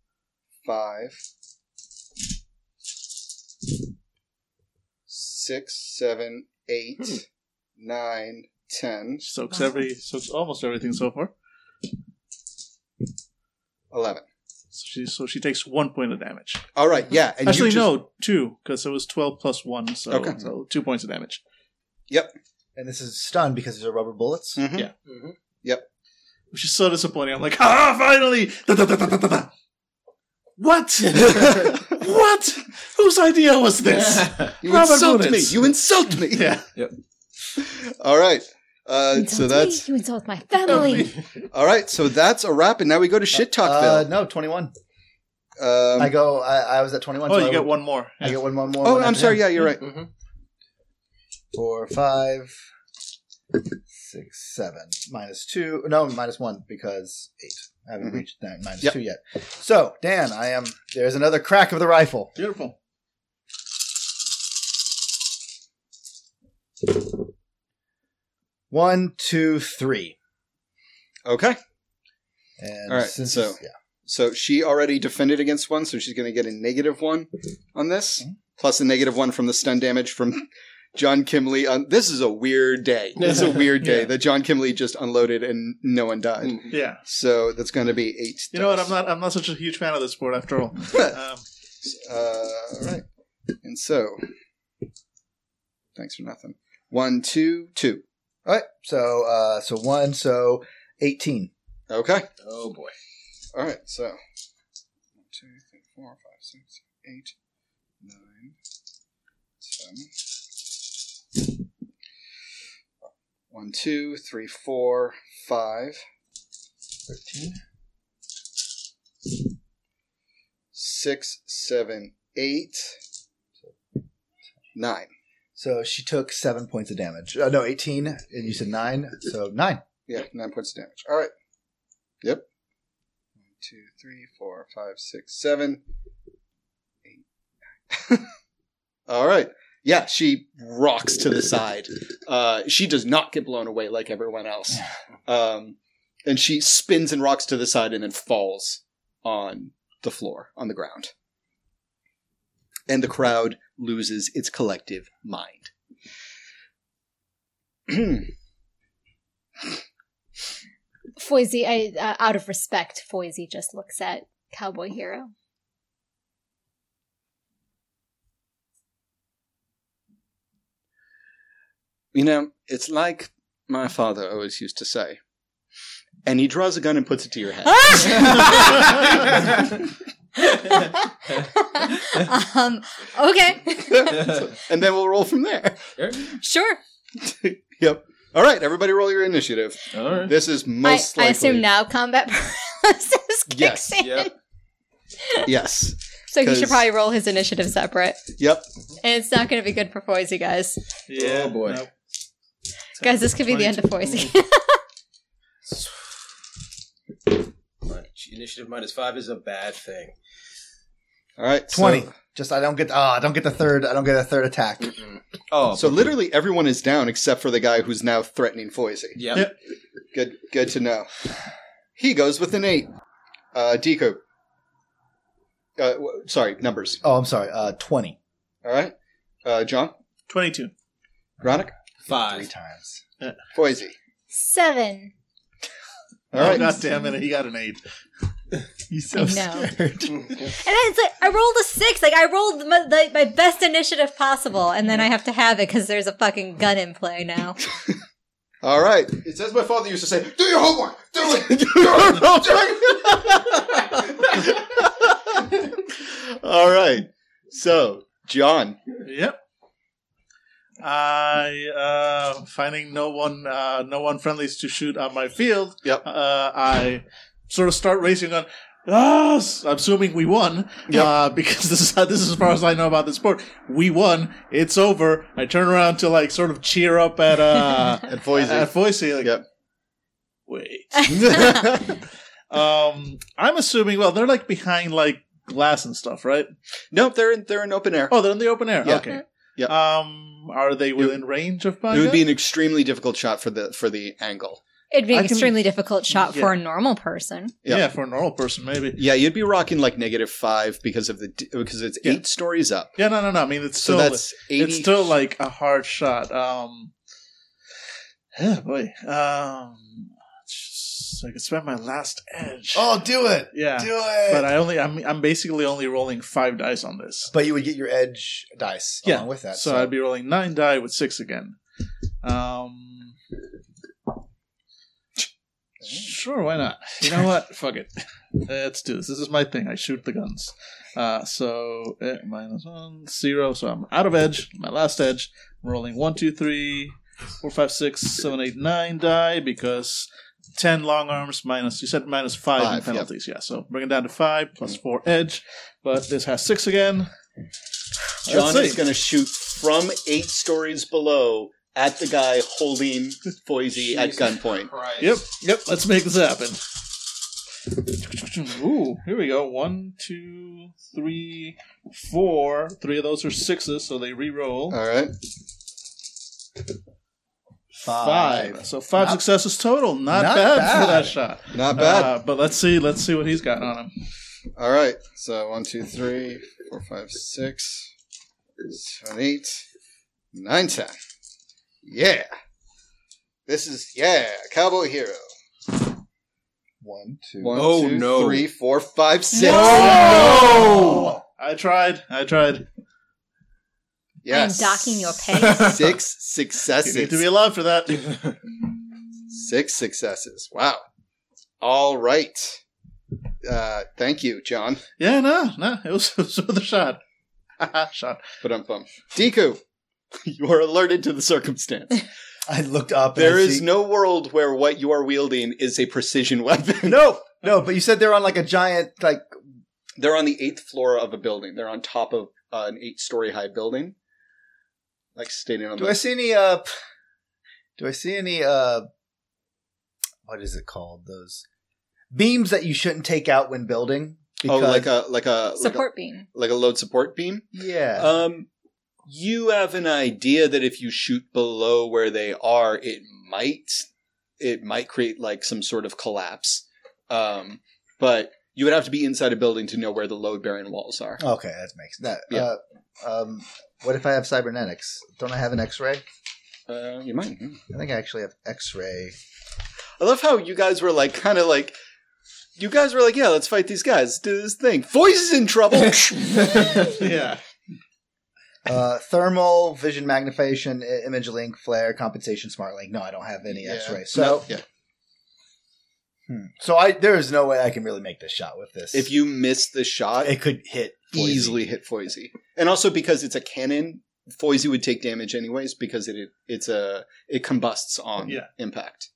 Speaker 2: five, six, seven,
Speaker 6: Hmm.
Speaker 2: eight, nine, ten,
Speaker 6: Soaks every, soaks almost everything so far.
Speaker 2: eleven.
Speaker 6: So she, so she takes one point of damage.
Speaker 2: All right, yeah. And
Speaker 6: Actually,
Speaker 2: you just-
Speaker 6: no, two, because it was 12 plus 1, so,
Speaker 2: Okay.
Speaker 6: so two points of damage.
Speaker 4: And this is stunned because these are rubber bullets.
Speaker 2: Mhm.
Speaker 6: Yeah.
Speaker 7: Mhm.
Speaker 6: Which is so disappointing. I'm like, ah, finally! Da, da, da, da, da, da, da. What? what? Whose idea was this?
Speaker 2: You
Speaker 6: Robert
Speaker 2: insult
Speaker 6: Bullets.
Speaker 2: me. You insult me.
Speaker 6: yeah.
Speaker 2: All right. Uh,
Speaker 5: Insult
Speaker 2: so
Speaker 5: me,
Speaker 2: that's
Speaker 5: you insult my family.
Speaker 2: all right. So that's a wrap, and now we go to shit talk,
Speaker 4: Uh,
Speaker 2: Bill.
Speaker 4: no, twenty-one.
Speaker 2: Um,
Speaker 4: I go. I, I was at twenty-one.
Speaker 6: Oh,
Speaker 4: so I
Speaker 6: you get
Speaker 4: would-
Speaker 6: one more.
Speaker 4: I get one more. more
Speaker 2: oh,
Speaker 4: one
Speaker 2: I'm
Speaker 4: after
Speaker 2: sorry.
Speaker 4: him.
Speaker 2: Yeah, you're right.
Speaker 7: Mhm.
Speaker 4: Four, five, six, seven. Minus two. No, minus one because eight. I haven't
Speaker 2: Mhm.
Speaker 4: reached nine, minus
Speaker 2: Yep.
Speaker 4: two yet. So, Dan, I am. There's another crack of the rifle.
Speaker 6: Beautiful.
Speaker 4: One, two, three.
Speaker 2: Okay.
Speaker 4: And
Speaker 2: All right,
Speaker 4: since
Speaker 2: so-
Speaker 4: yeah,
Speaker 2: So she already defended against one, so she's going to get a negative one on this,
Speaker 6: Mm-hmm.
Speaker 2: plus a negative one from the stun damage from John Kimley. On this is a weird day. This is a weird day
Speaker 6: Yeah.
Speaker 2: that John Kimley just unloaded and no one died.
Speaker 7: Mm.
Speaker 6: Yeah.
Speaker 2: So that's going to be eight.
Speaker 6: You know what?
Speaker 2: dice.
Speaker 6: I'm not. I'm not such a huge fan of this sport after all. Um,
Speaker 2: Uh, all right. And so, thanks for nothing. One, two, two.
Speaker 4: all right. So, uh, so one, so eighteen.
Speaker 2: Okay.
Speaker 7: Oh boy.
Speaker 2: All right, so one, two, three, four, five, six, eight, nine, ten. One, two, three, four, five,
Speaker 4: Thirteen.
Speaker 2: six, seven, eight, nine.
Speaker 4: So she took seven points of damage. Uh, no, eighteen, and you said nine. So nine.
Speaker 2: Yeah, nine points of damage. All right. Yep. One, two, three, four, five, six, seven, eight. All right. Yeah, she rocks to the side. Uh, she does not get blown away like everyone else. Um, and she spins and rocks to the side and then falls on the floor, on the ground. And the crowd loses its collective mind.
Speaker 5: Foisey, I, uh, out of respect, Foisey just looks at Cowboy Hero.
Speaker 2: You know, it's like my father always used to say. And he draws a gun and puts it to your head.
Speaker 7: Ah!
Speaker 2: Oh,
Speaker 5: um, okay,
Speaker 2: and then we'll roll from there.
Speaker 5: sure.
Speaker 2: Yep. All right, everybody roll your initiative.
Speaker 7: All right.
Speaker 2: This is
Speaker 5: I,
Speaker 2: most
Speaker 5: I
Speaker 2: likely.
Speaker 5: assume now combat paralysis kicks
Speaker 2: Yes,
Speaker 5: in.
Speaker 7: yep.
Speaker 2: Yes.
Speaker 5: So he should
Speaker 2: 'Cause-
Speaker 5: probably roll his initiative separate.
Speaker 2: Yep.
Speaker 5: And it's not going to be good for Foisey, guys.
Speaker 6: Yeah,
Speaker 7: Oh, boy.
Speaker 6: nope.
Speaker 5: Guys, this could be the end of Foisey.
Speaker 7: My initiative minus five is a bad thing.
Speaker 2: All right. so-
Speaker 4: Twenty. Just I don't get. Ah, I don't get the third. I don't get a third attack.
Speaker 7: Oh,
Speaker 2: So literally everyone is down except for the guy who's now threatening Foisey.
Speaker 7: yeah.
Speaker 6: Yep.
Speaker 2: Good good to know. He goes with an eight. Uh Deco. Uh, w- sorry, numbers.
Speaker 4: Oh, I'm sorry. Uh, twenty.
Speaker 2: All right. Uh, John,
Speaker 6: 22.
Speaker 2: Ronick,
Speaker 4: Three
Speaker 7: Five.
Speaker 4: times.
Speaker 2: Foisey.
Speaker 5: Seven.
Speaker 2: All right.
Speaker 6: Oh, God damn it. He got an 8.
Speaker 4: He's
Speaker 5: I
Speaker 4: so
Speaker 5: know.
Speaker 4: scared.
Speaker 5: And then it's like I rolled a six. Like I rolled my, the, my best initiative possible, and then I have to have it because there's a fucking gun in play now.
Speaker 2: All right.
Speaker 7: It says my father used to say, "Do your homework. Do it."
Speaker 2: All right. So, John.
Speaker 6: Yep. I uh, finding no one, uh, no one friendlies to shoot on my field.
Speaker 2: Yep.
Speaker 6: Uh, I sort of start racing on. Ah, s- assuming we won,
Speaker 2: Yep.
Speaker 6: uh, because this is this is as far as I know about the sport. We won. It's over. I turn around to like sort of cheer up at uh
Speaker 2: And
Speaker 6: at
Speaker 2: Foisey.
Speaker 6: Foisey. Like,
Speaker 2: Yep.
Speaker 6: wait. Um, I'm assuming. Well, they're like behind like glass and stuff, right?
Speaker 2: nope, they're in, they're in open air.
Speaker 6: Oh, they're in the open air.
Speaker 2: Yeah.
Speaker 6: Okay.
Speaker 2: Yeah.
Speaker 6: Um, are they within range of my
Speaker 2: it would
Speaker 6: gun?
Speaker 2: be an extremely difficult shot for the for the angle.
Speaker 5: It'd be
Speaker 6: I
Speaker 5: an
Speaker 6: can-
Speaker 5: extremely difficult shot
Speaker 6: Yeah.
Speaker 5: for a normal person.
Speaker 2: Yeah.
Speaker 6: yeah. for a normal person, maybe.
Speaker 2: Yeah, you'd be rocking like negative five because of the d- because it's
Speaker 6: Yeah.
Speaker 2: eight stories up.
Speaker 6: Yeah, no, no, no. I mean, it's
Speaker 2: So
Speaker 6: still
Speaker 2: that's eighty.
Speaker 6: it's still like a hard shot. Um, yeah, boy. Um, just- I could spend my last edge.
Speaker 4: Oh, do it.
Speaker 6: yeah.
Speaker 4: Do it.
Speaker 6: But I only I'm I'm basically only rolling five dice on this,
Speaker 4: But you would get your edge dice
Speaker 6: Yeah,
Speaker 4: along with that.
Speaker 6: so I'd be rolling nine die with six again. Um. Sure, why not? You know what? Fuck it. Let's do this. This is my thing. I shoot the guns. Uh, so eh, minus one, zero. So I'm out of edge. My last edge. I'm rolling one, two, three, four, five, six, seven, eight, nine die because ten long arms minus you said minus five,
Speaker 2: Five,
Speaker 6: in
Speaker 2: yep.
Speaker 6: penalties. Yeah, so bring it down to five plus four edge. But this has six again.
Speaker 2: John
Speaker 6: Let's
Speaker 2: is
Speaker 6: see.
Speaker 2: going to shoot from eight stories below at the guy holding Foisey at
Speaker 7: Jesus
Speaker 2: gunpoint.
Speaker 7: Christ.
Speaker 6: Yep, yep. Let's make this happen. Ooh, here we go. One, two, three, four. Three of those are sixes, so they re-roll.
Speaker 2: All right.
Speaker 6: five. So five
Speaker 4: Not-
Speaker 6: successes total. Not,
Speaker 4: not
Speaker 6: bad,
Speaker 4: bad.
Speaker 6: for that shot.
Speaker 2: Not bad.
Speaker 6: Uh, but let's see. Let's see what he's got on him.
Speaker 2: All right. So one, two, three, four, five, six, seven, eight, nine, ten. Yeah. This is yeah, cowboy hero.
Speaker 3: One, two.
Speaker 2: One,
Speaker 7: Oh,
Speaker 2: two,
Speaker 7: no.
Speaker 2: three, four, five, six.
Speaker 6: Oh! I tried. I tried.
Speaker 2: Yes.
Speaker 5: I'm docking your pay.
Speaker 2: Six
Speaker 6: You need
Speaker 2: successes.
Speaker 6: to be allowed for that.
Speaker 2: Six successes. Wow. All right. Uh, thank you, John.
Speaker 6: yeah, no, no. It was, it was worth a shot. shot.
Speaker 2: But I'm bummed. Deku, you are alerted to the circumstance.
Speaker 4: I looked up. and
Speaker 2: There
Speaker 4: I
Speaker 2: is
Speaker 4: see-
Speaker 2: no world where what you are wielding is a precision weapon.
Speaker 4: no, no. But you said they're on like a giant like
Speaker 2: They're on the eighth floor of a building. They're on top of uh, an eight-story high building. Like stating on
Speaker 4: Do
Speaker 2: the Oh,
Speaker 4: I see any uh p- do I see any uh what is it called? Those beams that you shouldn't take out when building?
Speaker 2: oh, like a like a like a,
Speaker 5: Support beam.
Speaker 2: like a load support beam.
Speaker 4: Yeah.
Speaker 2: Um, you have an idea that if you shoot below where they are, it might it might create like some sort of collapse. Um, but you would have to be inside a building to know where the load bearing walls are.
Speaker 4: okay, that makes that
Speaker 2: Yeah.
Speaker 4: uh, um what if I have cybernetics? Don't I have an X ray?
Speaker 2: Uh, you might. hmm.
Speaker 4: I think I actually have X ray.
Speaker 2: I love how you guys were like, kind of like, you guys were like, yeah, let's fight these guys, do this thing. Voice is in trouble.
Speaker 6: yeah.
Speaker 4: Uh, thermal, vision magnification, i- image link, flare, compensation, smart link. No, I don't have any
Speaker 2: Yeah.
Speaker 4: X-ray. So,
Speaker 2: No, yeah.
Speaker 4: Hmm. so I there is no way I can really make this shot with this.
Speaker 2: If you miss the shot,
Speaker 4: it could hit Boise.
Speaker 2: easily hit Foisey. And also because it's a cannon, Foisey would take damage anyways because it, it it's a it combusts on
Speaker 6: Yeah.
Speaker 2: impact,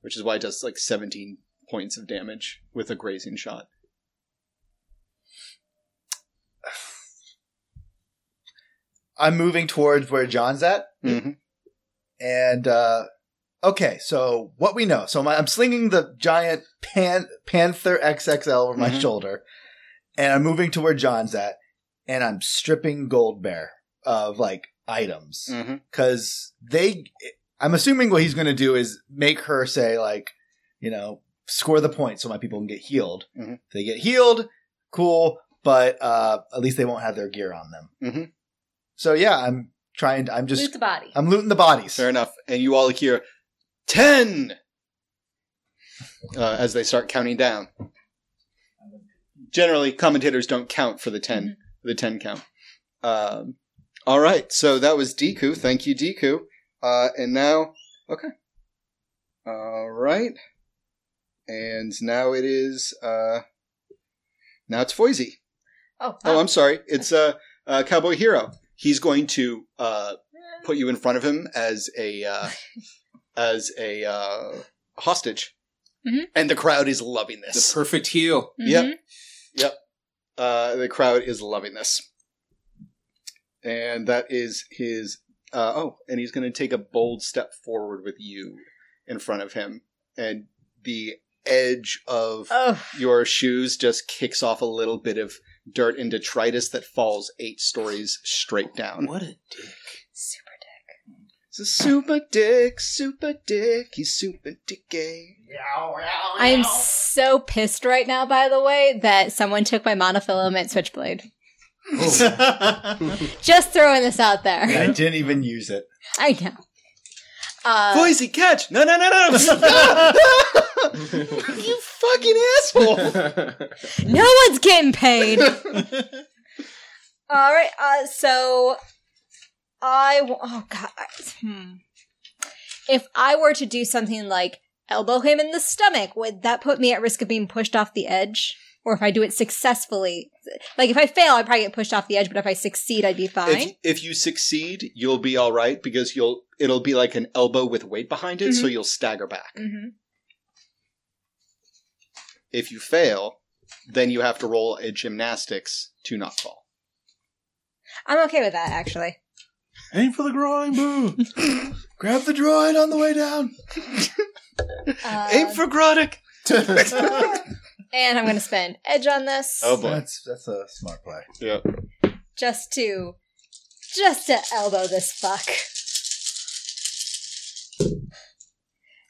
Speaker 2: which is why it does like 17 points of damage with a grazing shot.
Speaker 4: I'm moving towards where John's at,
Speaker 2: Mhm.
Speaker 4: and uh, okay, so what we know. So my, I'm slinging the giant pan, Panther XXL over my
Speaker 2: Mhm.
Speaker 4: shoulder, and I'm moving to where John's at, and I'm stripping Gold Bear of like items.
Speaker 2: Mhm.
Speaker 4: because they i'm assuming what he's going to do is make her say like you know score the point so my people can get healed
Speaker 2: Mhm.
Speaker 4: they get healed cool but uh at least they won't have their gear on them
Speaker 2: Mhm.
Speaker 4: so yeah i'm trying i'm
Speaker 5: Loot
Speaker 4: just
Speaker 5: the body.
Speaker 4: i'm looting the bodies
Speaker 2: Fair enough. And you all hear 10 uh, as they start counting down. Generally, commentators don't count for the 10 the 10 count. Um, all right, so that was Deku. Thank you, Deku. Uh, and now, okay. All right. And now it is, uh, now it's Foisey.
Speaker 5: Oh, wow.
Speaker 2: Oh, I'm sorry. It's uh, uh, Cowboy Hero. He's going to uh, put you in front of him as a uh, as a uh, hostage,
Speaker 5: Mhm.
Speaker 2: and the crowd is loving
Speaker 7: The
Speaker 2: this.
Speaker 7: perfect heal.
Speaker 5: Mhm.
Speaker 2: yep. uh, the crowd is loving this, and that is his. Uh, oh, and he's going to take a bold step forward with you in front of him, and the edge of
Speaker 5: Oh,
Speaker 2: your shoes just kicks off a little bit of dirt and detritus that falls eight stories straight down.
Speaker 7: What a
Speaker 5: super.
Speaker 2: It's a super dick, super dick, he's super dicky.
Speaker 5: I am so pissed right now, by the way, that someone took my monofilament switchblade. Just throwing this out there.
Speaker 4: i didn't even use it
Speaker 5: I know. Uh,
Speaker 2: Boise, catch! No, no, no, no! you fucking asshole!
Speaker 5: No one's getting paid. All right. Uh, so I. w- Oh God. I- Hmm. If I were to do something like elbow him in the stomach, would that put me at risk of being pushed off the edge? Or if I do it successfully, like if I fail, I'd probably get pushed off the edge. But if I succeed, I'd be fine.
Speaker 2: If, if you succeed, you'll be all right because you'll it'll be like an elbow with weight behind it, so you'll stagger back.
Speaker 5: hmm
Speaker 2: If you fail, then you have to roll a gymnastics to not fall.
Speaker 5: I'm okay with that, actually.
Speaker 6: Aim for the groin, boo.
Speaker 4: grab the droid on the way down
Speaker 5: Uh,
Speaker 2: Aim for Grotic!
Speaker 5: Um, and I'm going to spend edge on this.
Speaker 2: Oh, boy.
Speaker 4: that's that's a smart play
Speaker 5: just to just to elbow this fuck.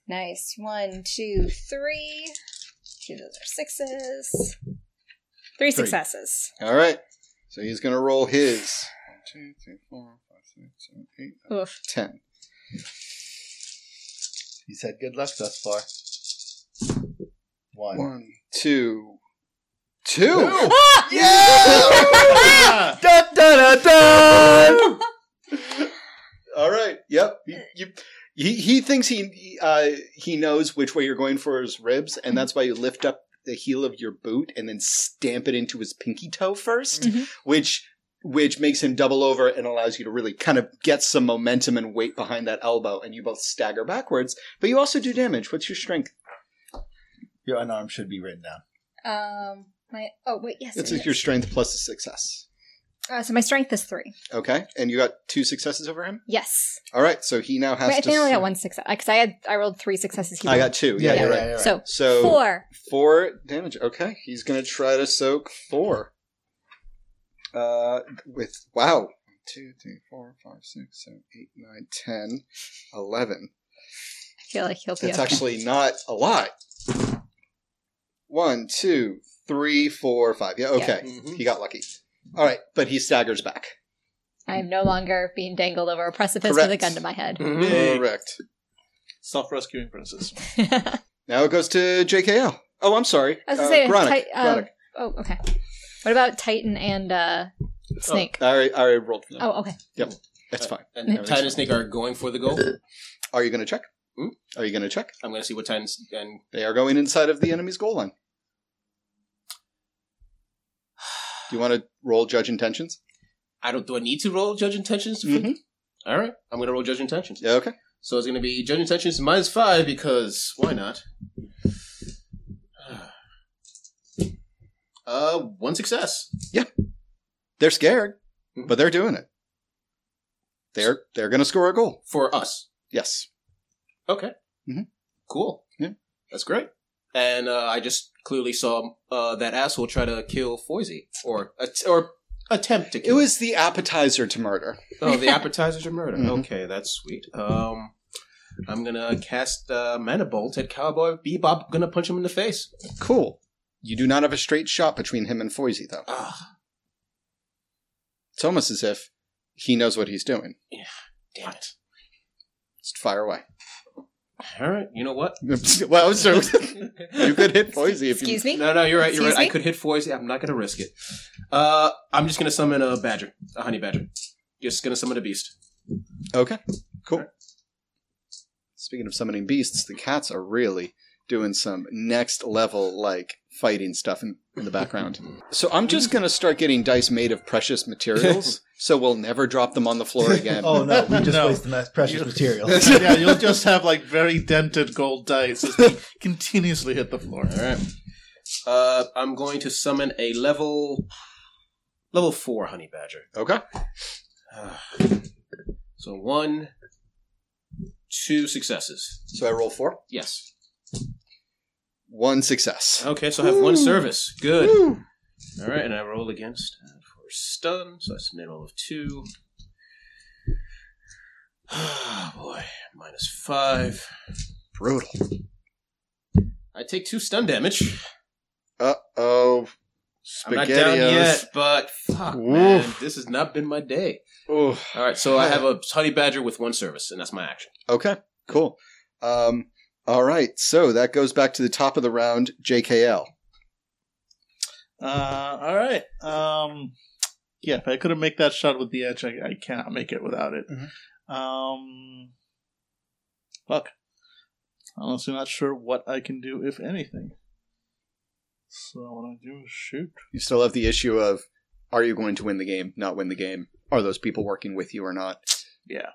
Speaker 5: Nice. One, two, three. Two of those are sixes. Three successes.
Speaker 2: All right. So he's going to roll his
Speaker 3: One, two, three, four, five, six, seven, eight, nine.
Speaker 5: Oof.
Speaker 2: 10.
Speaker 4: he's had good luck thus far one,
Speaker 2: One, two, two.
Speaker 5: Ah!
Speaker 4: Dun, dun, dun, dun!
Speaker 2: All right. Yep. You- you- he, he thinks he uh, he knows which way you're going for his ribs, and that's why you lift up the heel of your boot and then stamp it into his pinky toe 1st
Speaker 5: Mhm.
Speaker 2: which which makes him double over and allows you to really kind of get some momentum and weight behind that elbow, and you both stagger backwards. But you also do damage. What's your strength?
Speaker 4: your unarmed should be written down
Speaker 5: um my oh wait, yes.
Speaker 2: It's
Speaker 5: it is.
Speaker 2: your strength plus a success.
Speaker 5: uh, so my strength is three.
Speaker 2: Okay, and you got two successes over him.
Speaker 5: Yes.
Speaker 2: All right, so he now has
Speaker 5: Wait, I
Speaker 2: to.
Speaker 5: think I only got one success. Because I had I rolled three successes. He
Speaker 2: I
Speaker 5: rolled-
Speaker 2: got two. Yeah,
Speaker 4: Yeah,
Speaker 2: you're
Speaker 4: yeah,
Speaker 2: right.
Speaker 4: yeah.
Speaker 5: So
Speaker 2: So
Speaker 5: four.
Speaker 2: four damage. Okay, he's gonna try to soak four. Uh, with wow,
Speaker 3: One, two, three, four, five, six, seven, eight, nine.
Speaker 2: nine, ten, eleven.
Speaker 5: I feel like he'll be
Speaker 2: That's
Speaker 5: okay.
Speaker 2: actually not a lot. One, two, three, four, five. Yeah, okay,
Speaker 7: Mhm.
Speaker 5: Mm-hmm.
Speaker 2: he got lucky. All right, but he staggers back.
Speaker 5: I am no longer being dangled over a precipice with a
Speaker 6: Mm-hmm.
Speaker 2: Correct.
Speaker 5: gun to my head.
Speaker 7: Mhm.
Speaker 2: Correct. Mm.
Speaker 6: Self rescuing princess.
Speaker 5: I
Speaker 2: Now it goes to JKL. Oh, I'm sorry.
Speaker 5: I was gonna
Speaker 2: Uh,
Speaker 5: say,
Speaker 2: Gronick.
Speaker 5: Ti- uh,
Speaker 2: Gronick.
Speaker 5: oh, okay. What about Titan and uh, Snake?
Speaker 2: I, already, I already rolled for them.
Speaker 5: Oh, okay.
Speaker 2: That's fine.
Speaker 7: And Titan and Snake are going for the goal.
Speaker 2: Are you going to check?
Speaker 7: Hmm?
Speaker 2: Are you going to check?
Speaker 7: I'm going to see what Titan's and
Speaker 2: They are going inside of the enemy's goal line. Do you want to roll judge intentions?
Speaker 7: I don't. Do I need to roll judge intentions?
Speaker 2: Mhm.
Speaker 7: All right, I'm going to roll judge intentions.
Speaker 2: Yeah, okay.
Speaker 7: So it's going to be judge intentions minus five because why not? Uh, one success.
Speaker 2: They're scared,
Speaker 7: Mhm.
Speaker 2: but they're doing it. They're they're going to score a goal.
Speaker 7: for us.
Speaker 2: Yes.
Speaker 7: Okay.
Speaker 2: Mhm.
Speaker 7: Cool.
Speaker 2: Yeah.
Speaker 7: That's great. And uh, I just clearly saw uh, that asshole try to kill Foisey or att- or attempt to
Speaker 2: It
Speaker 7: kill.
Speaker 2: was the appetizer to murder.
Speaker 7: oh the appetizers are murder.
Speaker 2: Mhm.
Speaker 7: Okay, that's sweet. Um, I'm gonna cast uh, mana bolt at Cowboy Bebop. Gonna punch him in the face.
Speaker 2: Cool. You do not have a straight shot between him and Foisey, though.
Speaker 7: Ah,
Speaker 2: It's almost as if he knows what he's doing.
Speaker 7: damn it!
Speaker 2: Just fire away.
Speaker 7: All right, you know what?
Speaker 2: well, so you could hit Foisey if you.
Speaker 5: Excuse me.
Speaker 7: No, no, you're right. You're
Speaker 5: Excuse
Speaker 7: right. I
Speaker 5: me?
Speaker 7: could hit Foisey. I'm not gonna risk it. Uh, I'm just gonna summon a badger, a honey badger. Just gonna summon a beast.
Speaker 2: Okay. Cool. Speaking of summoning beasts, the cats are really doing some next level like fighting stuff in, in the background. so I'm just gonna start getting dice made of precious materials, so we'll never drop them on the floor again.
Speaker 4: Oh no, we just
Speaker 6: No.
Speaker 4: wasted that precious material.
Speaker 6: yeah, you'll just have like very dented gold dice as they continuously hit the floor.
Speaker 7: All right. Uh, I'm going to summon a level level four honey badger.
Speaker 2: Okay.
Speaker 7: So one, two successes.
Speaker 2: So I roll four.
Speaker 7: Yes.
Speaker 2: One success.
Speaker 7: Okay, so I have one service. Good. All right, and I roll against uh, for stun, so that's a minimum of two. Oh, boy, minus five.
Speaker 2: Brutal.
Speaker 7: I take two stun damage.
Speaker 2: Uh oh.
Speaker 7: I'm not down
Speaker 2: Spaghettios.
Speaker 7: yet, but fuck, man,
Speaker 2: Oof.
Speaker 7: this has not been my day.
Speaker 2: Ooh.
Speaker 7: All right, so I have a honey badger with one service, and that's my action.
Speaker 2: Okay. Cool. Um all right, so that goes back to the top of the round, JKL.
Speaker 6: Uh, all right. Um, yeah, if I could have make that shot with the edge, I, I cannot make it without it. Mm-hmm. Um, fuck. Honestly, not sure what I can do, if anything. So what I do is shoot.
Speaker 2: you still have the issue of are you going to win the game not win the game are those people working with you or not
Speaker 6: Yeah.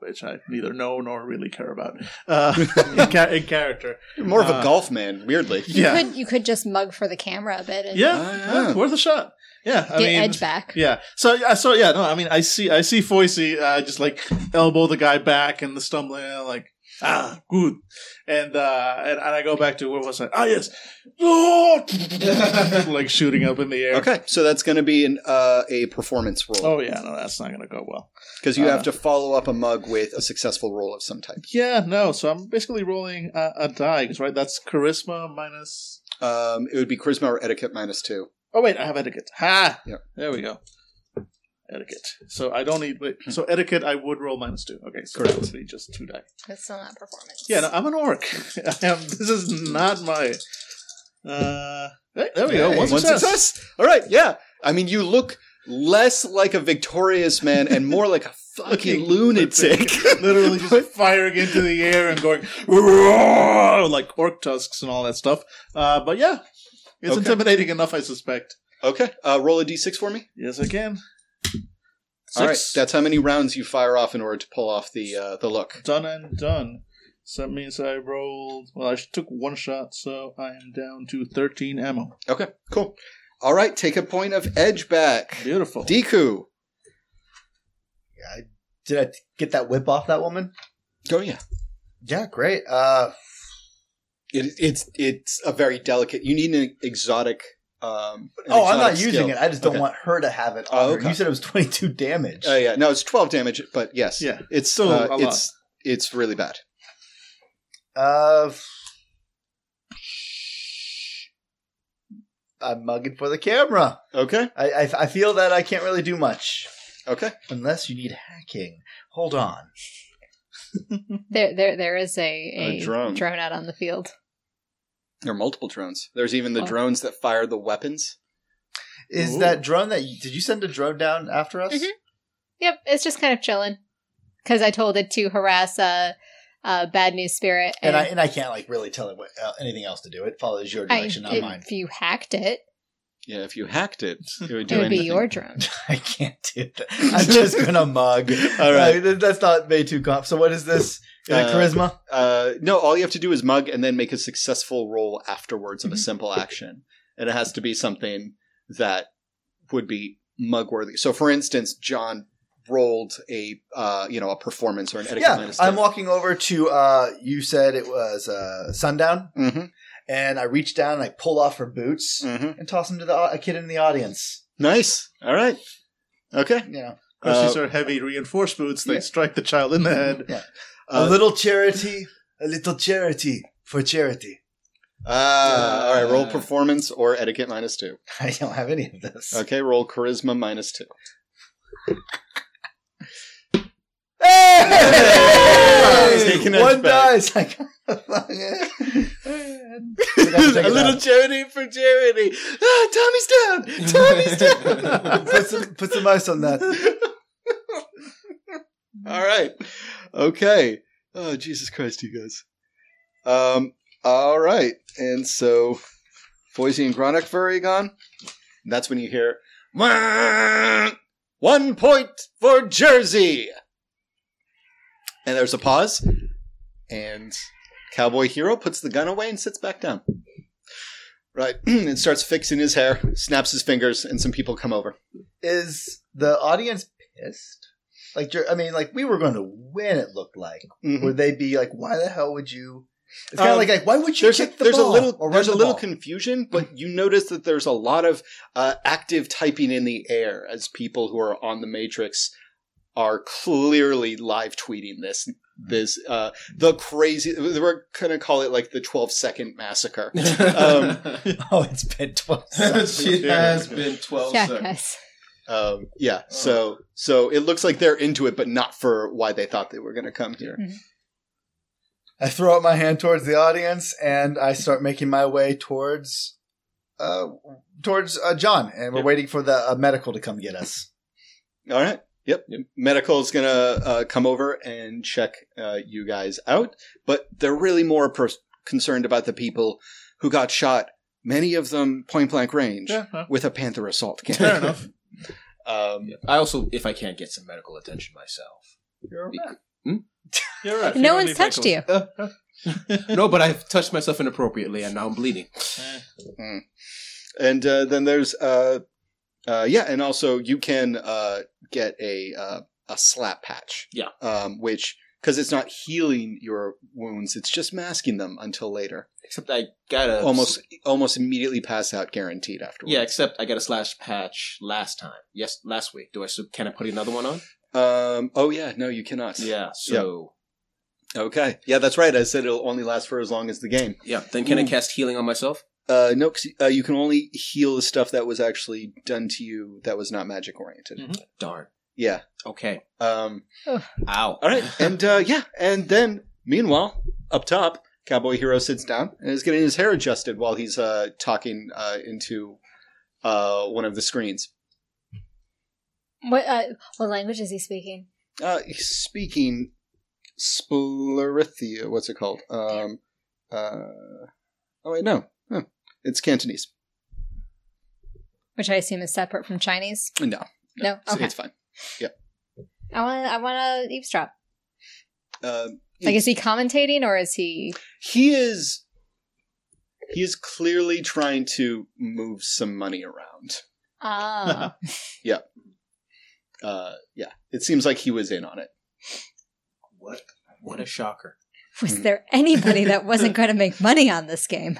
Speaker 6: Which I neither know nor really care about uh, in, ca- in character.
Speaker 2: You're more of a
Speaker 6: Uh,
Speaker 2: golf man weirdly
Speaker 5: You
Speaker 6: Yeah,
Speaker 5: could you could just mug for the camera a bit and
Speaker 6: yeah,
Speaker 2: Ah, yeah.
Speaker 6: yeah, worth a shot. Yeah,
Speaker 5: get
Speaker 6: I mean,
Speaker 5: Edge back.
Speaker 6: Yeah. So yeah. So yeah. No. I mean, I see. I see. Foisey uh, just like elbow the guy back and the stumbling, and like ah, good. And uh, and, and I go back to where was I? Ah, yes. Oh! like shooting up in the air.
Speaker 2: okay so that's going to be an, uh, a performance roll
Speaker 6: Oh yeah. No, that's not gonna go well.
Speaker 2: because you
Speaker 6: uh,
Speaker 2: have to follow up a mug with a successful roll of some type
Speaker 6: Yeah. No. So I'm basically rolling uh, a die 'cause, right. That's charisma minus.
Speaker 2: um, it would be charisma or etiquette minus two
Speaker 6: Oh wait, I have etiquette. Ha.
Speaker 2: Yep.
Speaker 6: There we go. Etiquette. So I don't need. Wait, so etiquette, I would roll minus two. Okay. So that would be just two die.
Speaker 5: That's still not performance.
Speaker 6: Yeah, no, I'm an orc. I am, this is not my. Uh, hey, there we go. One success.
Speaker 2: all right yeah i mean you look less like a victorious man and more like a fucking lunatic
Speaker 6: Literally just firing into the air and going "Roar," like orc tusks and all that stuff. Uh, but yeah, it's
Speaker 2: Okay.
Speaker 6: intimidating enough, I suspect.
Speaker 2: okay uh, roll a d6 for me
Speaker 6: Yes, I can.
Speaker 2: all right
Speaker 6: Six.
Speaker 2: that's how many rounds you fire off in order to pull off the uh, the look
Speaker 6: done and done. So that means I rolled. Well, I took one shot, so I am down to thirteen ammo.
Speaker 2: Okay, cool. All right, take a point of edge back.
Speaker 6: Beautiful.
Speaker 2: Deku.
Speaker 4: Did I get that whip off that woman?
Speaker 2: Oh yeah.
Speaker 4: Yeah, great. Uh,
Speaker 2: It, it's it's a very delicate. You need an exotic. Um, an
Speaker 4: oh, I'm not
Speaker 2: exotic
Speaker 4: using
Speaker 2: skill.
Speaker 4: it. I just don't
Speaker 2: Okay.
Speaker 4: want her to have it.
Speaker 2: Oh,
Speaker 4: On her.
Speaker 2: okay.
Speaker 4: You said it was 22 damage.
Speaker 2: Oh yeah, no, it's twelve damage, but yes,
Speaker 6: Yeah,
Speaker 2: it's
Speaker 6: still
Speaker 2: uh,
Speaker 6: a lot.
Speaker 2: it's it's really bad.
Speaker 4: Uh, sh- I'm mugging for the camera.
Speaker 2: Okay,
Speaker 4: I, I I feel that I can't really do much
Speaker 2: okay.
Speaker 4: unless you need hacking. Hold on.
Speaker 5: There, there, there is a, a,
Speaker 3: drone.
Speaker 5: drone out on the field.
Speaker 2: There are multiple drones. There's even the
Speaker 5: Oh.
Speaker 2: drones that fire the weapons.
Speaker 4: Is
Speaker 6: Ooh.
Speaker 4: that drone that you, did you send a drone down after us?
Speaker 5: Mhm. Yep, it's just kind of chilling because I told it to harass uh, uh, bad news spirit,
Speaker 4: And I and I can't like really tell it what, uh, anything else to do. It follows your
Speaker 5: I-
Speaker 4: direction, not
Speaker 5: if
Speaker 4: mine.
Speaker 5: you hacked it,
Speaker 2: Yeah, if you hacked it, it would do
Speaker 5: it would be
Speaker 2: anything.
Speaker 5: your drone.
Speaker 4: I can't do that. I'm just gonna mug.
Speaker 2: All right.
Speaker 4: Uh, th- that's not made too comp. So what is this?
Speaker 2: Uh,
Speaker 4: Is it charisma?
Speaker 2: Uh, no, all you have to do is mug and then make a successful roll afterwards of a simple action. And it has to be something that would be mug worthy. So, for instance, John rolled a uh, you know a performance or an etiquette
Speaker 4: Yeah,
Speaker 2: minus
Speaker 4: I'm
Speaker 2: 10.
Speaker 4: walking over to. uh You said it was uh sundown,
Speaker 2: Mhm,
Speaker 4: and I reach down and I pull off her boots
Speaker 2: mhm.
Speaker 4: and toss them to the au- a kid in the audience.
Speaker 2: Nice. All right. Okay.
Speaker 4: You know,
Speaker 6: Because
Speaker 2: Uh,
Speaker 6: these are heavy reinforced boots. They
Speaker 4: yeah.
Speaker 6: strike the child in the head.
Speaker 4: a
Speaker 2: Uh,
Speaker 4: little charity, a little charity for charity.
Speaker 2: Ah, all right. Roll
Speaker 7: Uh,
Speaker 2: performance or etiquette minus two.
Speaker 4: I don't have any of this.
Speaker 2: Okay. Roll charisma minus two.
Speaker 4: Hey!
Speaker 2: Taking us
Speaker 4: One
Speaker 2: back.
Speaker 4: dice. I got
Speaker 2: a little charity for charity. Ah, Tommy's down. Tommy's down.
Speaker 4: put some put some ice on that.
Speaker 2: all right. Okay. Oh Jesus Christ, you guys. Um. All right. And so, Foisey and Gronik very gone. And that's when you hear one point for Jersey. And there's a pause, and Cowboy Hero puts the gun away and sits back down. Right, and starts fixing his hair, snaps his fingers, and some people come over.
Speaker 4: Is the audience pissed? Like, you're- I mean, like we were going to win. It looked like.
Speaker 2: Mhm.
Speaker 4: Would they be like, why the hell would you? It's kind of
Speaker 2: Um,
Speaker 4: like, like, why would you
Speaker 2: there's
Speaker 4: kick
Speaker 2: a,
Speaker 4: the
Speaker 2: there's a
Speaker 4: ball
Speaker 2: little
Speaker 4: or run
Speaker 2: there's a
Speaker 4: the
Speaker 2: little
Speaker 4: ball? Mm.
Speaker 2: confusion, but you notice that there's a lot of uh, active typing in the air as people who are on the matrix are clearly live tweeting this this uh, the crazy we're gonna call it like the 12 second massacre. Um,
Speaker 4: oh, it's been twice.
Speaker 7: it has been 12
Speaker 5: yeah,
Speaker 7: seconds.
Speaker 5: guys.
Speaker 2: Um, yeah,
Speaker 4: Uh.
Speaker 2: so so it looks like they're into it, but not for why they thought they were gonna come here.
Speaker 4: I throw out my hand towards the audience and I start making my way towards uh towards uh, John and we're
Speaker 2: Yeah.
Speaker 4: waiting for the uh, medical to come get us.
Speaker 2: All right. Yep. Medical is going to uh, come over and check uh, you guys out, but they're really more pers- concerned about the people who got shot, many of them point blank range,
Speaker 6: Yeah, huh.
Speaker 2: with a Panther assault cannon.
Speaker 6: fair enough.
Speaker 2: Um,
Speaker 7: I also, if I can't get some medical attention myself.
Speaker 6: You're right.
Speaker 5: No one's touched you.
Speaker 7: No, but I've touched myself inappropriately and now I'm bleeding.
Speaker 2: And uh, then there's, uh, uh, yeah, and also you can uh, get a uh, a slap patch.
Speaker 7: Yeah.
Speaker 2: Um, which, because it's not healing your wounds, it's just masking them until later.
Speaker 7: Except I got a.
Speaker 2: Almost almost immediately pass out guaranteed afterwards.
Speaker 7: Yeah, except I got a slash patch last time. Yes, last week. Do I? So can I put another one on?
Speaker 2: Um. Oh yeah. No, you cannot.
Speaker 7: Yeah. So
Speaker 2: Okay. Yeah, that's right. I said it'll only last for as long as the game.
Speaker 7: yeah. Then can I cast healing on myself?
Speaker 2: Uh, no, 'cause, uh, you can only heal the stuff that was actually done to you that was not magic oriented.
Speaker 6: Mm.
Speaker 7: Darn.
Speaker 2: Yeah.
Speaker 7: Okay.
Speaker 2: Um.
Speaker 7: Ow.
Speaker 2: All right. And uh, yeah. And then meanwhile, up top, Cowboy Hero sits down and is getting his hair adjusted while he's uh talking uh into uh one of the screens.
Speaker 5: What uh, what language is he speaking?
Speaker 2: Uh, he's speaking Splarithia. What's it called? Um. Uh. Oh wait, no. Huh. It's Cantonese.
Speaker 5: Which I assume is separate from Chinese.
Speaker 2: No.
Speaker 5: No,
Speaker 2: So
Speaker 5: okay.
Speaker 2: It's fine.
Speaker 5: I want I want to eavesdrop.
Speaker 2: Um,
Speaker 5: Like, is he commentating or is he?
Speaker 2: he is he is clearly trying to move some money around.
Speaker 5: Ah,
Speaker 2: Uh, yeah, it seems like he was in on it.
Speaker 7: What? What a shocker.
Speaker 5: was there anybody that wasn't going to make money on this game?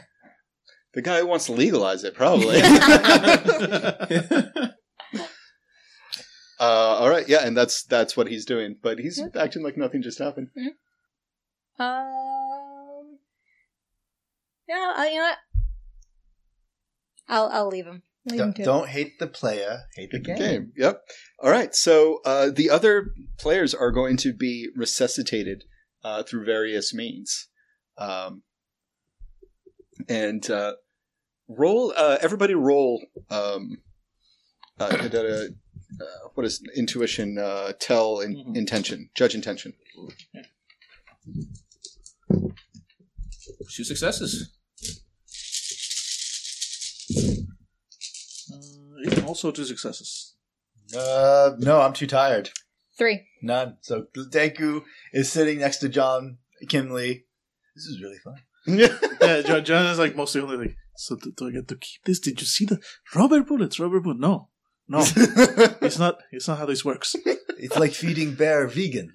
Speaker 2: The guy who wants to legalize it, probably. uh, all right, yeah, and that's that's what he's doing. But he's
Speaker 5: Yeah.
Speaker 2: acting like nothing just happened.
Speaker 5: Um. No, I, you know what? I'll I'll leave him. Leave him
Speaker 4: Don't,
Speaker 5: to it.
Speaker 4: don't hate the player, hate the game.
Speaker 2: Game. Yep. All right. So uh, the other players are going to be resuscitated uh, through various means. Um, and uh, roll, uh, everybody roll. Um, uh, da- da- da- uh, what is intuition? Uh, tell in,
Speaker 6: Mhm.
Speaker 2: intention, judge intention.
Speaker 7: Two successes.
Speaker 6: Uh, also two successes.
Speaker 4: Uh, no, I'm too tired.
Speaker 5: Three.
Speaker 4: None. So Deku is sitting next to John Kimley. This is really fun.
Speaker 6: yeah, John, John is like mostly only like. So do, do I get to keep this? Did you see the rubber bullets? Rubber bullet? No, no. it's not. It's not how this works.
Speaker 4: It's like feeding bear vegan.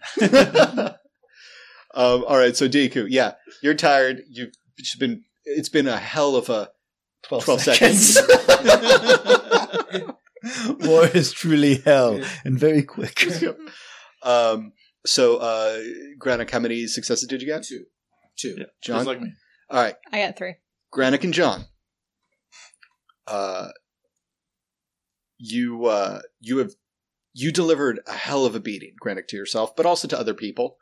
Speaker 2: Um, all right, so Deku, yeah, you're tired. You've it's been it's been a hell of a
Speaker 4: 12,
Speaker 2: twelve
Speaker 4: seconds.
Speaker 2: seconds.
Speaker 4: War is truly hell and very quick.
Speaker 2: um, so, uh, Granick, how many successes did you get?
Speaker 7: Two. Two.
Speaker 6: Yeah.
Speaker 2: John.
Speaker 6: Just like me.
Speaker 2: all right,
Speaker 5: I got three.
Speaker 2: Granick and John. Uh, you uh, you have you delivered a hell of a beating, Granick, to yourself, but also to other people.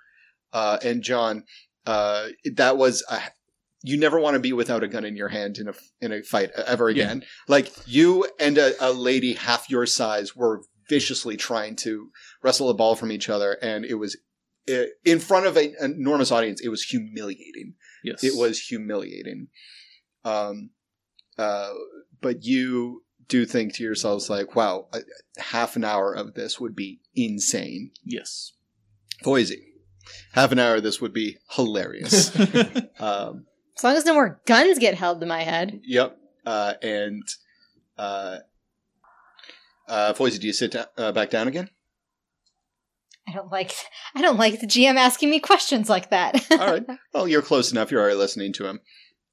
Speaker 2: Uh, and John, uh, that was a you never want to be without a gun in your hand in a in a fight ever
Speaker 6: Yeah.
Speaker 2: again. Like you and a, a lady half your size were viciously trying to wrestle a ball from each other, and it was eh, in front of an enormous audience. It was humiliating.
Speaker 6: Yes,
Speaker 2: It was humiliating. Um, uh, but you do think to yourselves like, wow, a, half an hour of this would be insane.
Speaker 6: Yes.
Speaker 2: Voisey, half an hour of this would be hilarious. um,
Speaker 5: As long as no more guns get held to my head.
Speaker 2: Yep. Uh, and uh, uh, Foisey, do you sit da- uh, back down again?
Speaker 5: I don't like I don't like the GM asking me questions like that.
Speaker 2: All right. Well, you're close enough. You're already listening to him.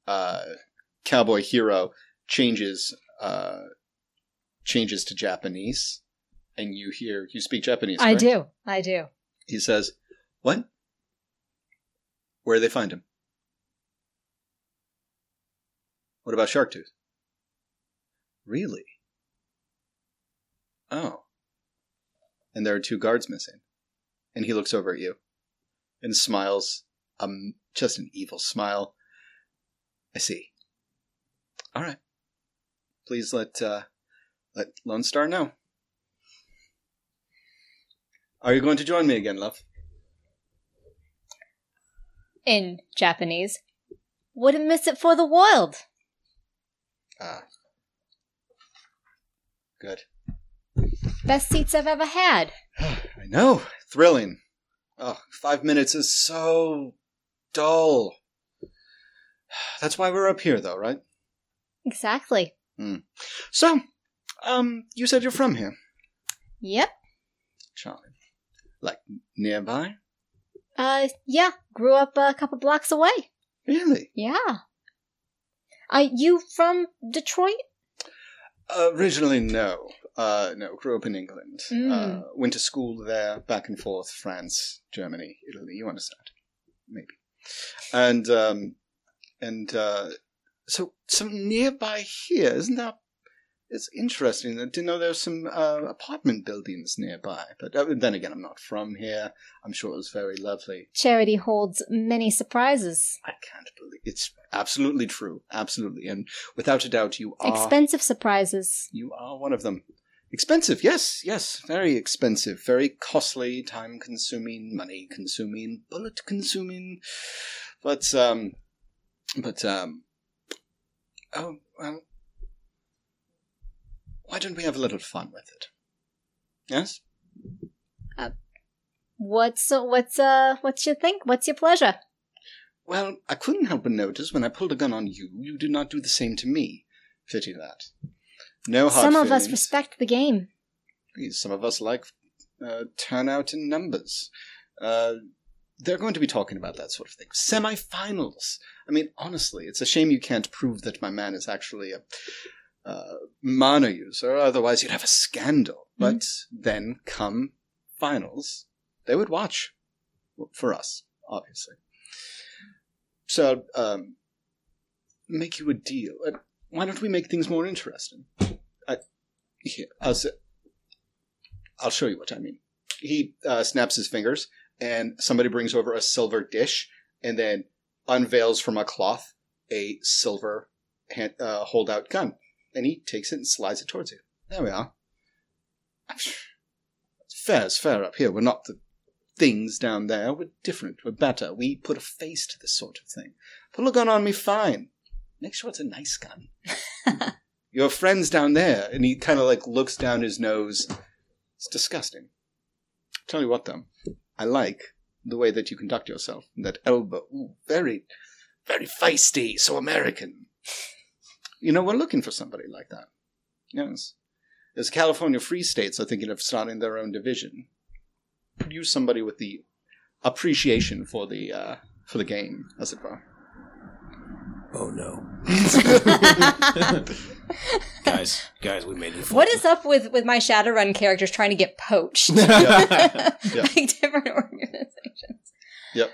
Speaker 2: Uh, Cowboy Hero changes uh, changes to Japanese, and you hear you speak Japanese.
Speaker 5: I
Speaker 2: correct?
Speaker 5: do. I do.
Speaker 2: He says, "What? Where do they find him? What about Sharktooth? Really? Oh. And there are two guards missing. And he looks over at you, and smiles, um, just an evil smile. I see. All right. Please let uh, let Lone Star know. Are you going to join me again, love?
Speaker 5: In Japanese. Wouldn't miss it for the world.
Speaker 2: Ah. Good.
Speaker 5: Best seats I've ever had.
Speaker 2: I know. Thrilling. Oh, five minutes is so dull. That's why we're up here, though, right?
Speaker 5: Exactly.
Speaker 2: So, um, you said you're from here.
Speaker 5: Yep.
Speaker 2: Charming. Like, nearby?
Speaker 5: Uh yeah, grew up a couple blocks away.
Speaker 2: Really?
Speaker 5: Yeah. Are you from Detroit?
Speaker 2: originally, no. Uh, no, grew up in England.
Speaker 5: Mm.
Speaker 2: Uh, went to school there, back and forth, France, Germany, Italy, you understand. Maybe. And, um, and, uh, so, so nearby here, isn't that, it's interesting that, you know, there's some, uh, apartment buildings nearby. But uh, then again, I'm not from here. I'm sure it was very lovely.
Speaker 5: Charity holds many surprises.
Speaker 2: I can't believe it's absolutely true. Absolutely. And without a doubt, you
Speaker 7: Uh,
Speaker 2: are.
Speaker 5: Expensive surprises.
Speaker 2: You are one of them. Expensive, yes, yes, very expensive, very costly, time consuming, money consuming, bullet consuming. But, um, but, um, oh, well, why don't we have a little fun with it? Yes?
Speaker 5: What's what's uh what's your think? What's your pleasure?
Speaker 2: Well, I couldn't help but notice when I pulled a gun on you, you did not do the same to me. Pity that. No hard
Speaker 5: Some of us
Speaker 2: feelings.
Speaker 5: respect the game.
Speaker 2: Please, Some of us like uh, turnout in numbers. Uh, they're going to be talking about that sort of thing. Semi-finals. I mean, honestly, it's a shame you can't prove that my man is actually a uh, mana user. Otherwise, you'd have a scandal. But then come finals, they would watch Well, for us, obviously. So, um, make you a deal. Uh, why don't we make things more interesting? I, here, I'll s- I'll show you what I mean. He uh, snaps his fingers, and somebody brings over a silver dish and then unveils from a cloth a silver hand, uh, holdout gun. And he takes it and slides it towards you. There we are. Fair's fair up here. We're not the things down there. We're different. We're better. We put a face to this sort of thing. Put a gun on me, fine. Make sure it's a nice gun. Your friends down there, and he kind of like looks down his nose. It's disgusting. Tell you what, though, I like the way that you conduct yourself. That elbow, ooh, very, very feisty, so American. You know, we're looking for somebody like that. Yes. As California free states are thinking of starting their own division, could use somebody with the appreciation for the uh, for the game, as it were.
Speaker 7: Oh no,
Speaker 5: what
Speaker 7: guys, guys, we made it.
Speaker 5: is up with with my Shadowrun characters trying to get poached? Like different organizations.
Speaker 2: Yep.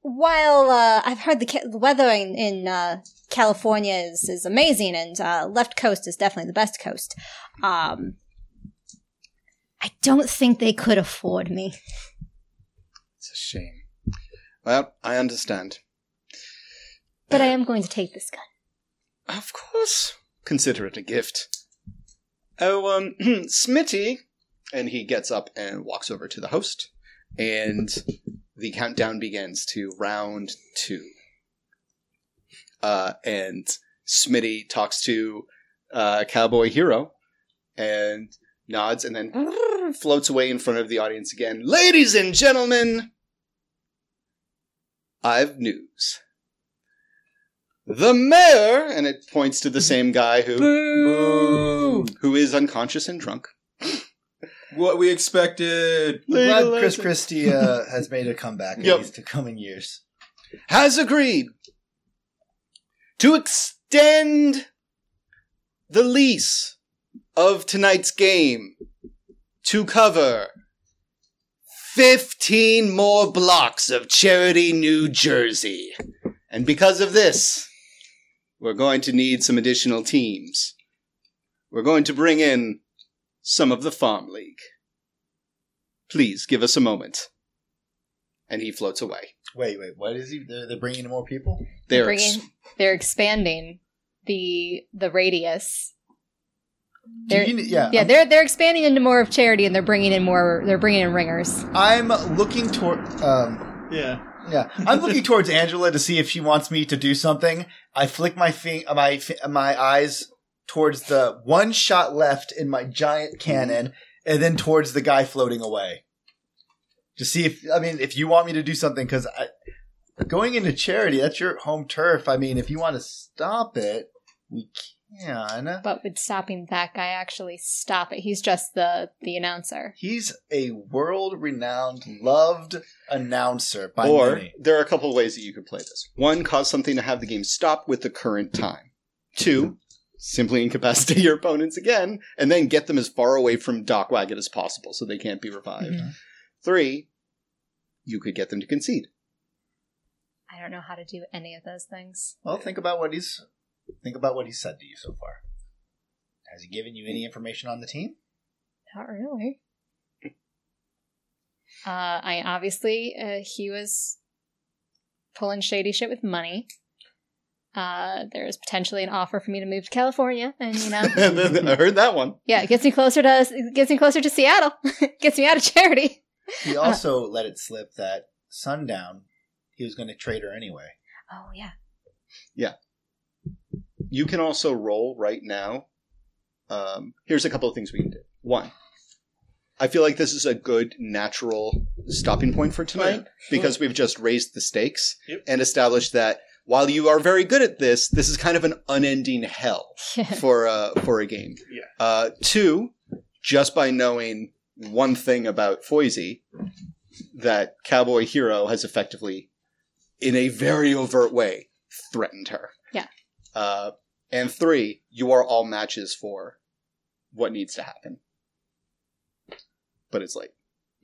Speaker 5: While uh, I've heard the, ca- the weather in, in uh, California is, is amazing and uh, left coast is definitely the best coast, um, I don't think they could afford me.
Speaker 2: It's a shame. Well, I understand.
Speaker 5: But I am going to take this gun.
Speaker 2: Of course. Consider it a gift. Oh, um, Smitty! And he gets up and walks over to the host, and the countdown begins to round two. Uh, and Smitty talks to uh, Cowboy Hero and nods and then floats away in front of the audience again. Ladies and gentlemen, I've news the mayor, and it points to the same guy who who is unconscious and drunk.
Speaker 7: What we expected.
Speaker 4: Glad
Speaker 2: Legalize
Speaker 4: Chris
Speaker 2: it.
Speaker 4: Christie uh, has made a comeback
Speaker 2: Yep.
Speaker 4: in these two coming years.
Speaker 2: has agreed to extend the lease of tonight's game to cover 15 more blocks of Charity, New Jersey. And because of this, we're going to need some additional teams. We're going to bring in some of the Farm League. Please give us a moment. And he floats away.
Speaker 4: Wait, wait, what is he? They're, they're bringing in more people?
Speaker 2: There it is.
Speaker 5: Bringing, they're expanding the the radius. They're,
Speaker 4: Do you- yeah,
Speaker 5: yeah,
Speaker 4: I'm-
Speaker 5: they're they're expanding into more of charity, and they're bringing in more. They're bringing in ringers.
Speaker 4: I'm looking toward. Um,
Speaker 6: Yeah.
Speaker 4: yeah, I'm looking towards Angela to see if she wants me to do something. I flick my fi- uh, my fi- uh, my eyes towards the one shot left in my giant cannon, and then towards the guy floating away. To see if I mean if you want me to do something because going into charity that's your home turf. I mean if you want to stop it, we can.
Speaker 5: But would stopping that guy actually stop it? He's just the the announcer.
Speaker 4: He's a world renowned, loved announcer by
Speaker 2: or
Speaker 4: many.
Speaker 2: there are a couple of ways that you could play this. One, cause something to have the game stop with the current time. Two, simply incapacitate your opponents again, and then get them as far away from Dock Wagon as possible so they can't be revived.
Speaker 5: Mhm.
Speaker 2: Three, you could get them to concede.
Speaker 5: I don't know how to do any of those things.
Speaker 4: Well, think about what he's think about what he's said to you so far. Has he given you any information on the team?
Speaker 5: Not really. Uh, I obviously uh, he was pulling shady shit with money. Uh, there is potentially an offer for me to move to California, and you know,
Speaker 2: And then- I heard that one.
Speaker 5: yeah, it gets me closer to it gets me closer to Seattle, gets me out of charity.
Speaker 4: He also let it slip that sundown he was going to trade her anyway.
Speaker 5: Oh yeah,
Speaker 2: You can also roll right now. Um, here's a couple of things we can do. One, I feel like this is a good natural stopping point for tonight because we've just raised the stakes
Speaker 6: Yep.
Speaker 2: and established that while you are very good at this, this is kind of an unending hell for a for a game.
Speaker 6: Yeah.
Speaker 2: Uh, two, just by knowing one thing about Foisey, that Cowboy Hero has effectively, in a very overt way, threatened her.
Speaker 5: Yeah.
Speaker 2: Uh, and three, you are all matches for what needs to happen. But it's late.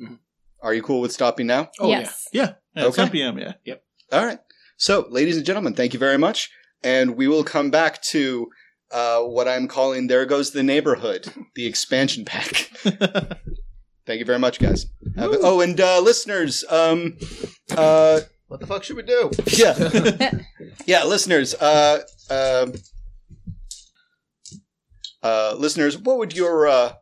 Speaker 7: Mhm.
Speaker 2: Are you cool with stopping now?
Speaker 7: Oh
Speaker 5: yes.
Speaker 6: Yeah. yeah
Speaker 2: Okay.
Speaker 6: 10 p.m. Yeah.
Speaker 2: All right. So, ladies and gentlemen, thank you very much. And we will come back to uh, what I'm calling There Goes the Neighborhood, the expansion pack. thank you very much, guys. Have it- Oh, and uh, listeners, um, uh,
Speaker 4: What the fuck should we do?
Speaker 2: yeah, yeah, listeners, uh, um, uh, listeners, what would your uh,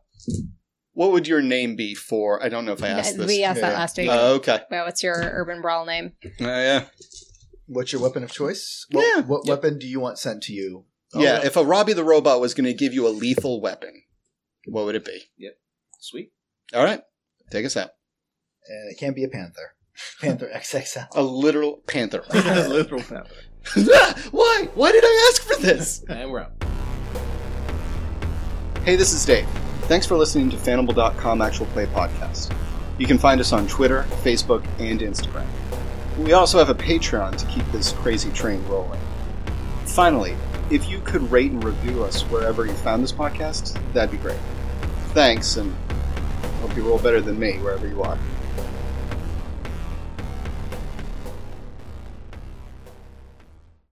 Speaker 2: what would your name be for? I don't know if I asked this.
Speaker 5: we asked that
Speaker 4: yeah.
Speaker 5: last week.
Speaker 2: Uh, okay.
Speaker 5: well, what's your urban brawl name?
Speaker 2: Uh, yeah.
Speaker 4: What's your weapon of choice? What,
Speaker 2: Yeah.
Speaker 4: what weapon do you want sent to you?
Speaker 2: yeah. If a Robbie the robot was going to give you a lethal weapon, what would it be?
Speaker 7: Sweet.
Speaker 2: All right, take us out.
Speaker 4: And it can't be a panther. Panther XXL.
Speaker 2: A literal panther.
Speaker 6: Literal panther.
Speaker 2: Why? Why did I ask for this?
Speaker 7: And we're out.
Speaker 2: Hey, this is Dave. Thanks for listening to Fanimal.com Actual Play Podcast. You can find us on Twitter, Facebook, and Instagram. We also have a Patreon to keep this crazy train rolling. Finally, if you could rate and review us wherever you found this podcast, that'd be great. Thanks, and hope you roll better than me wherever you are.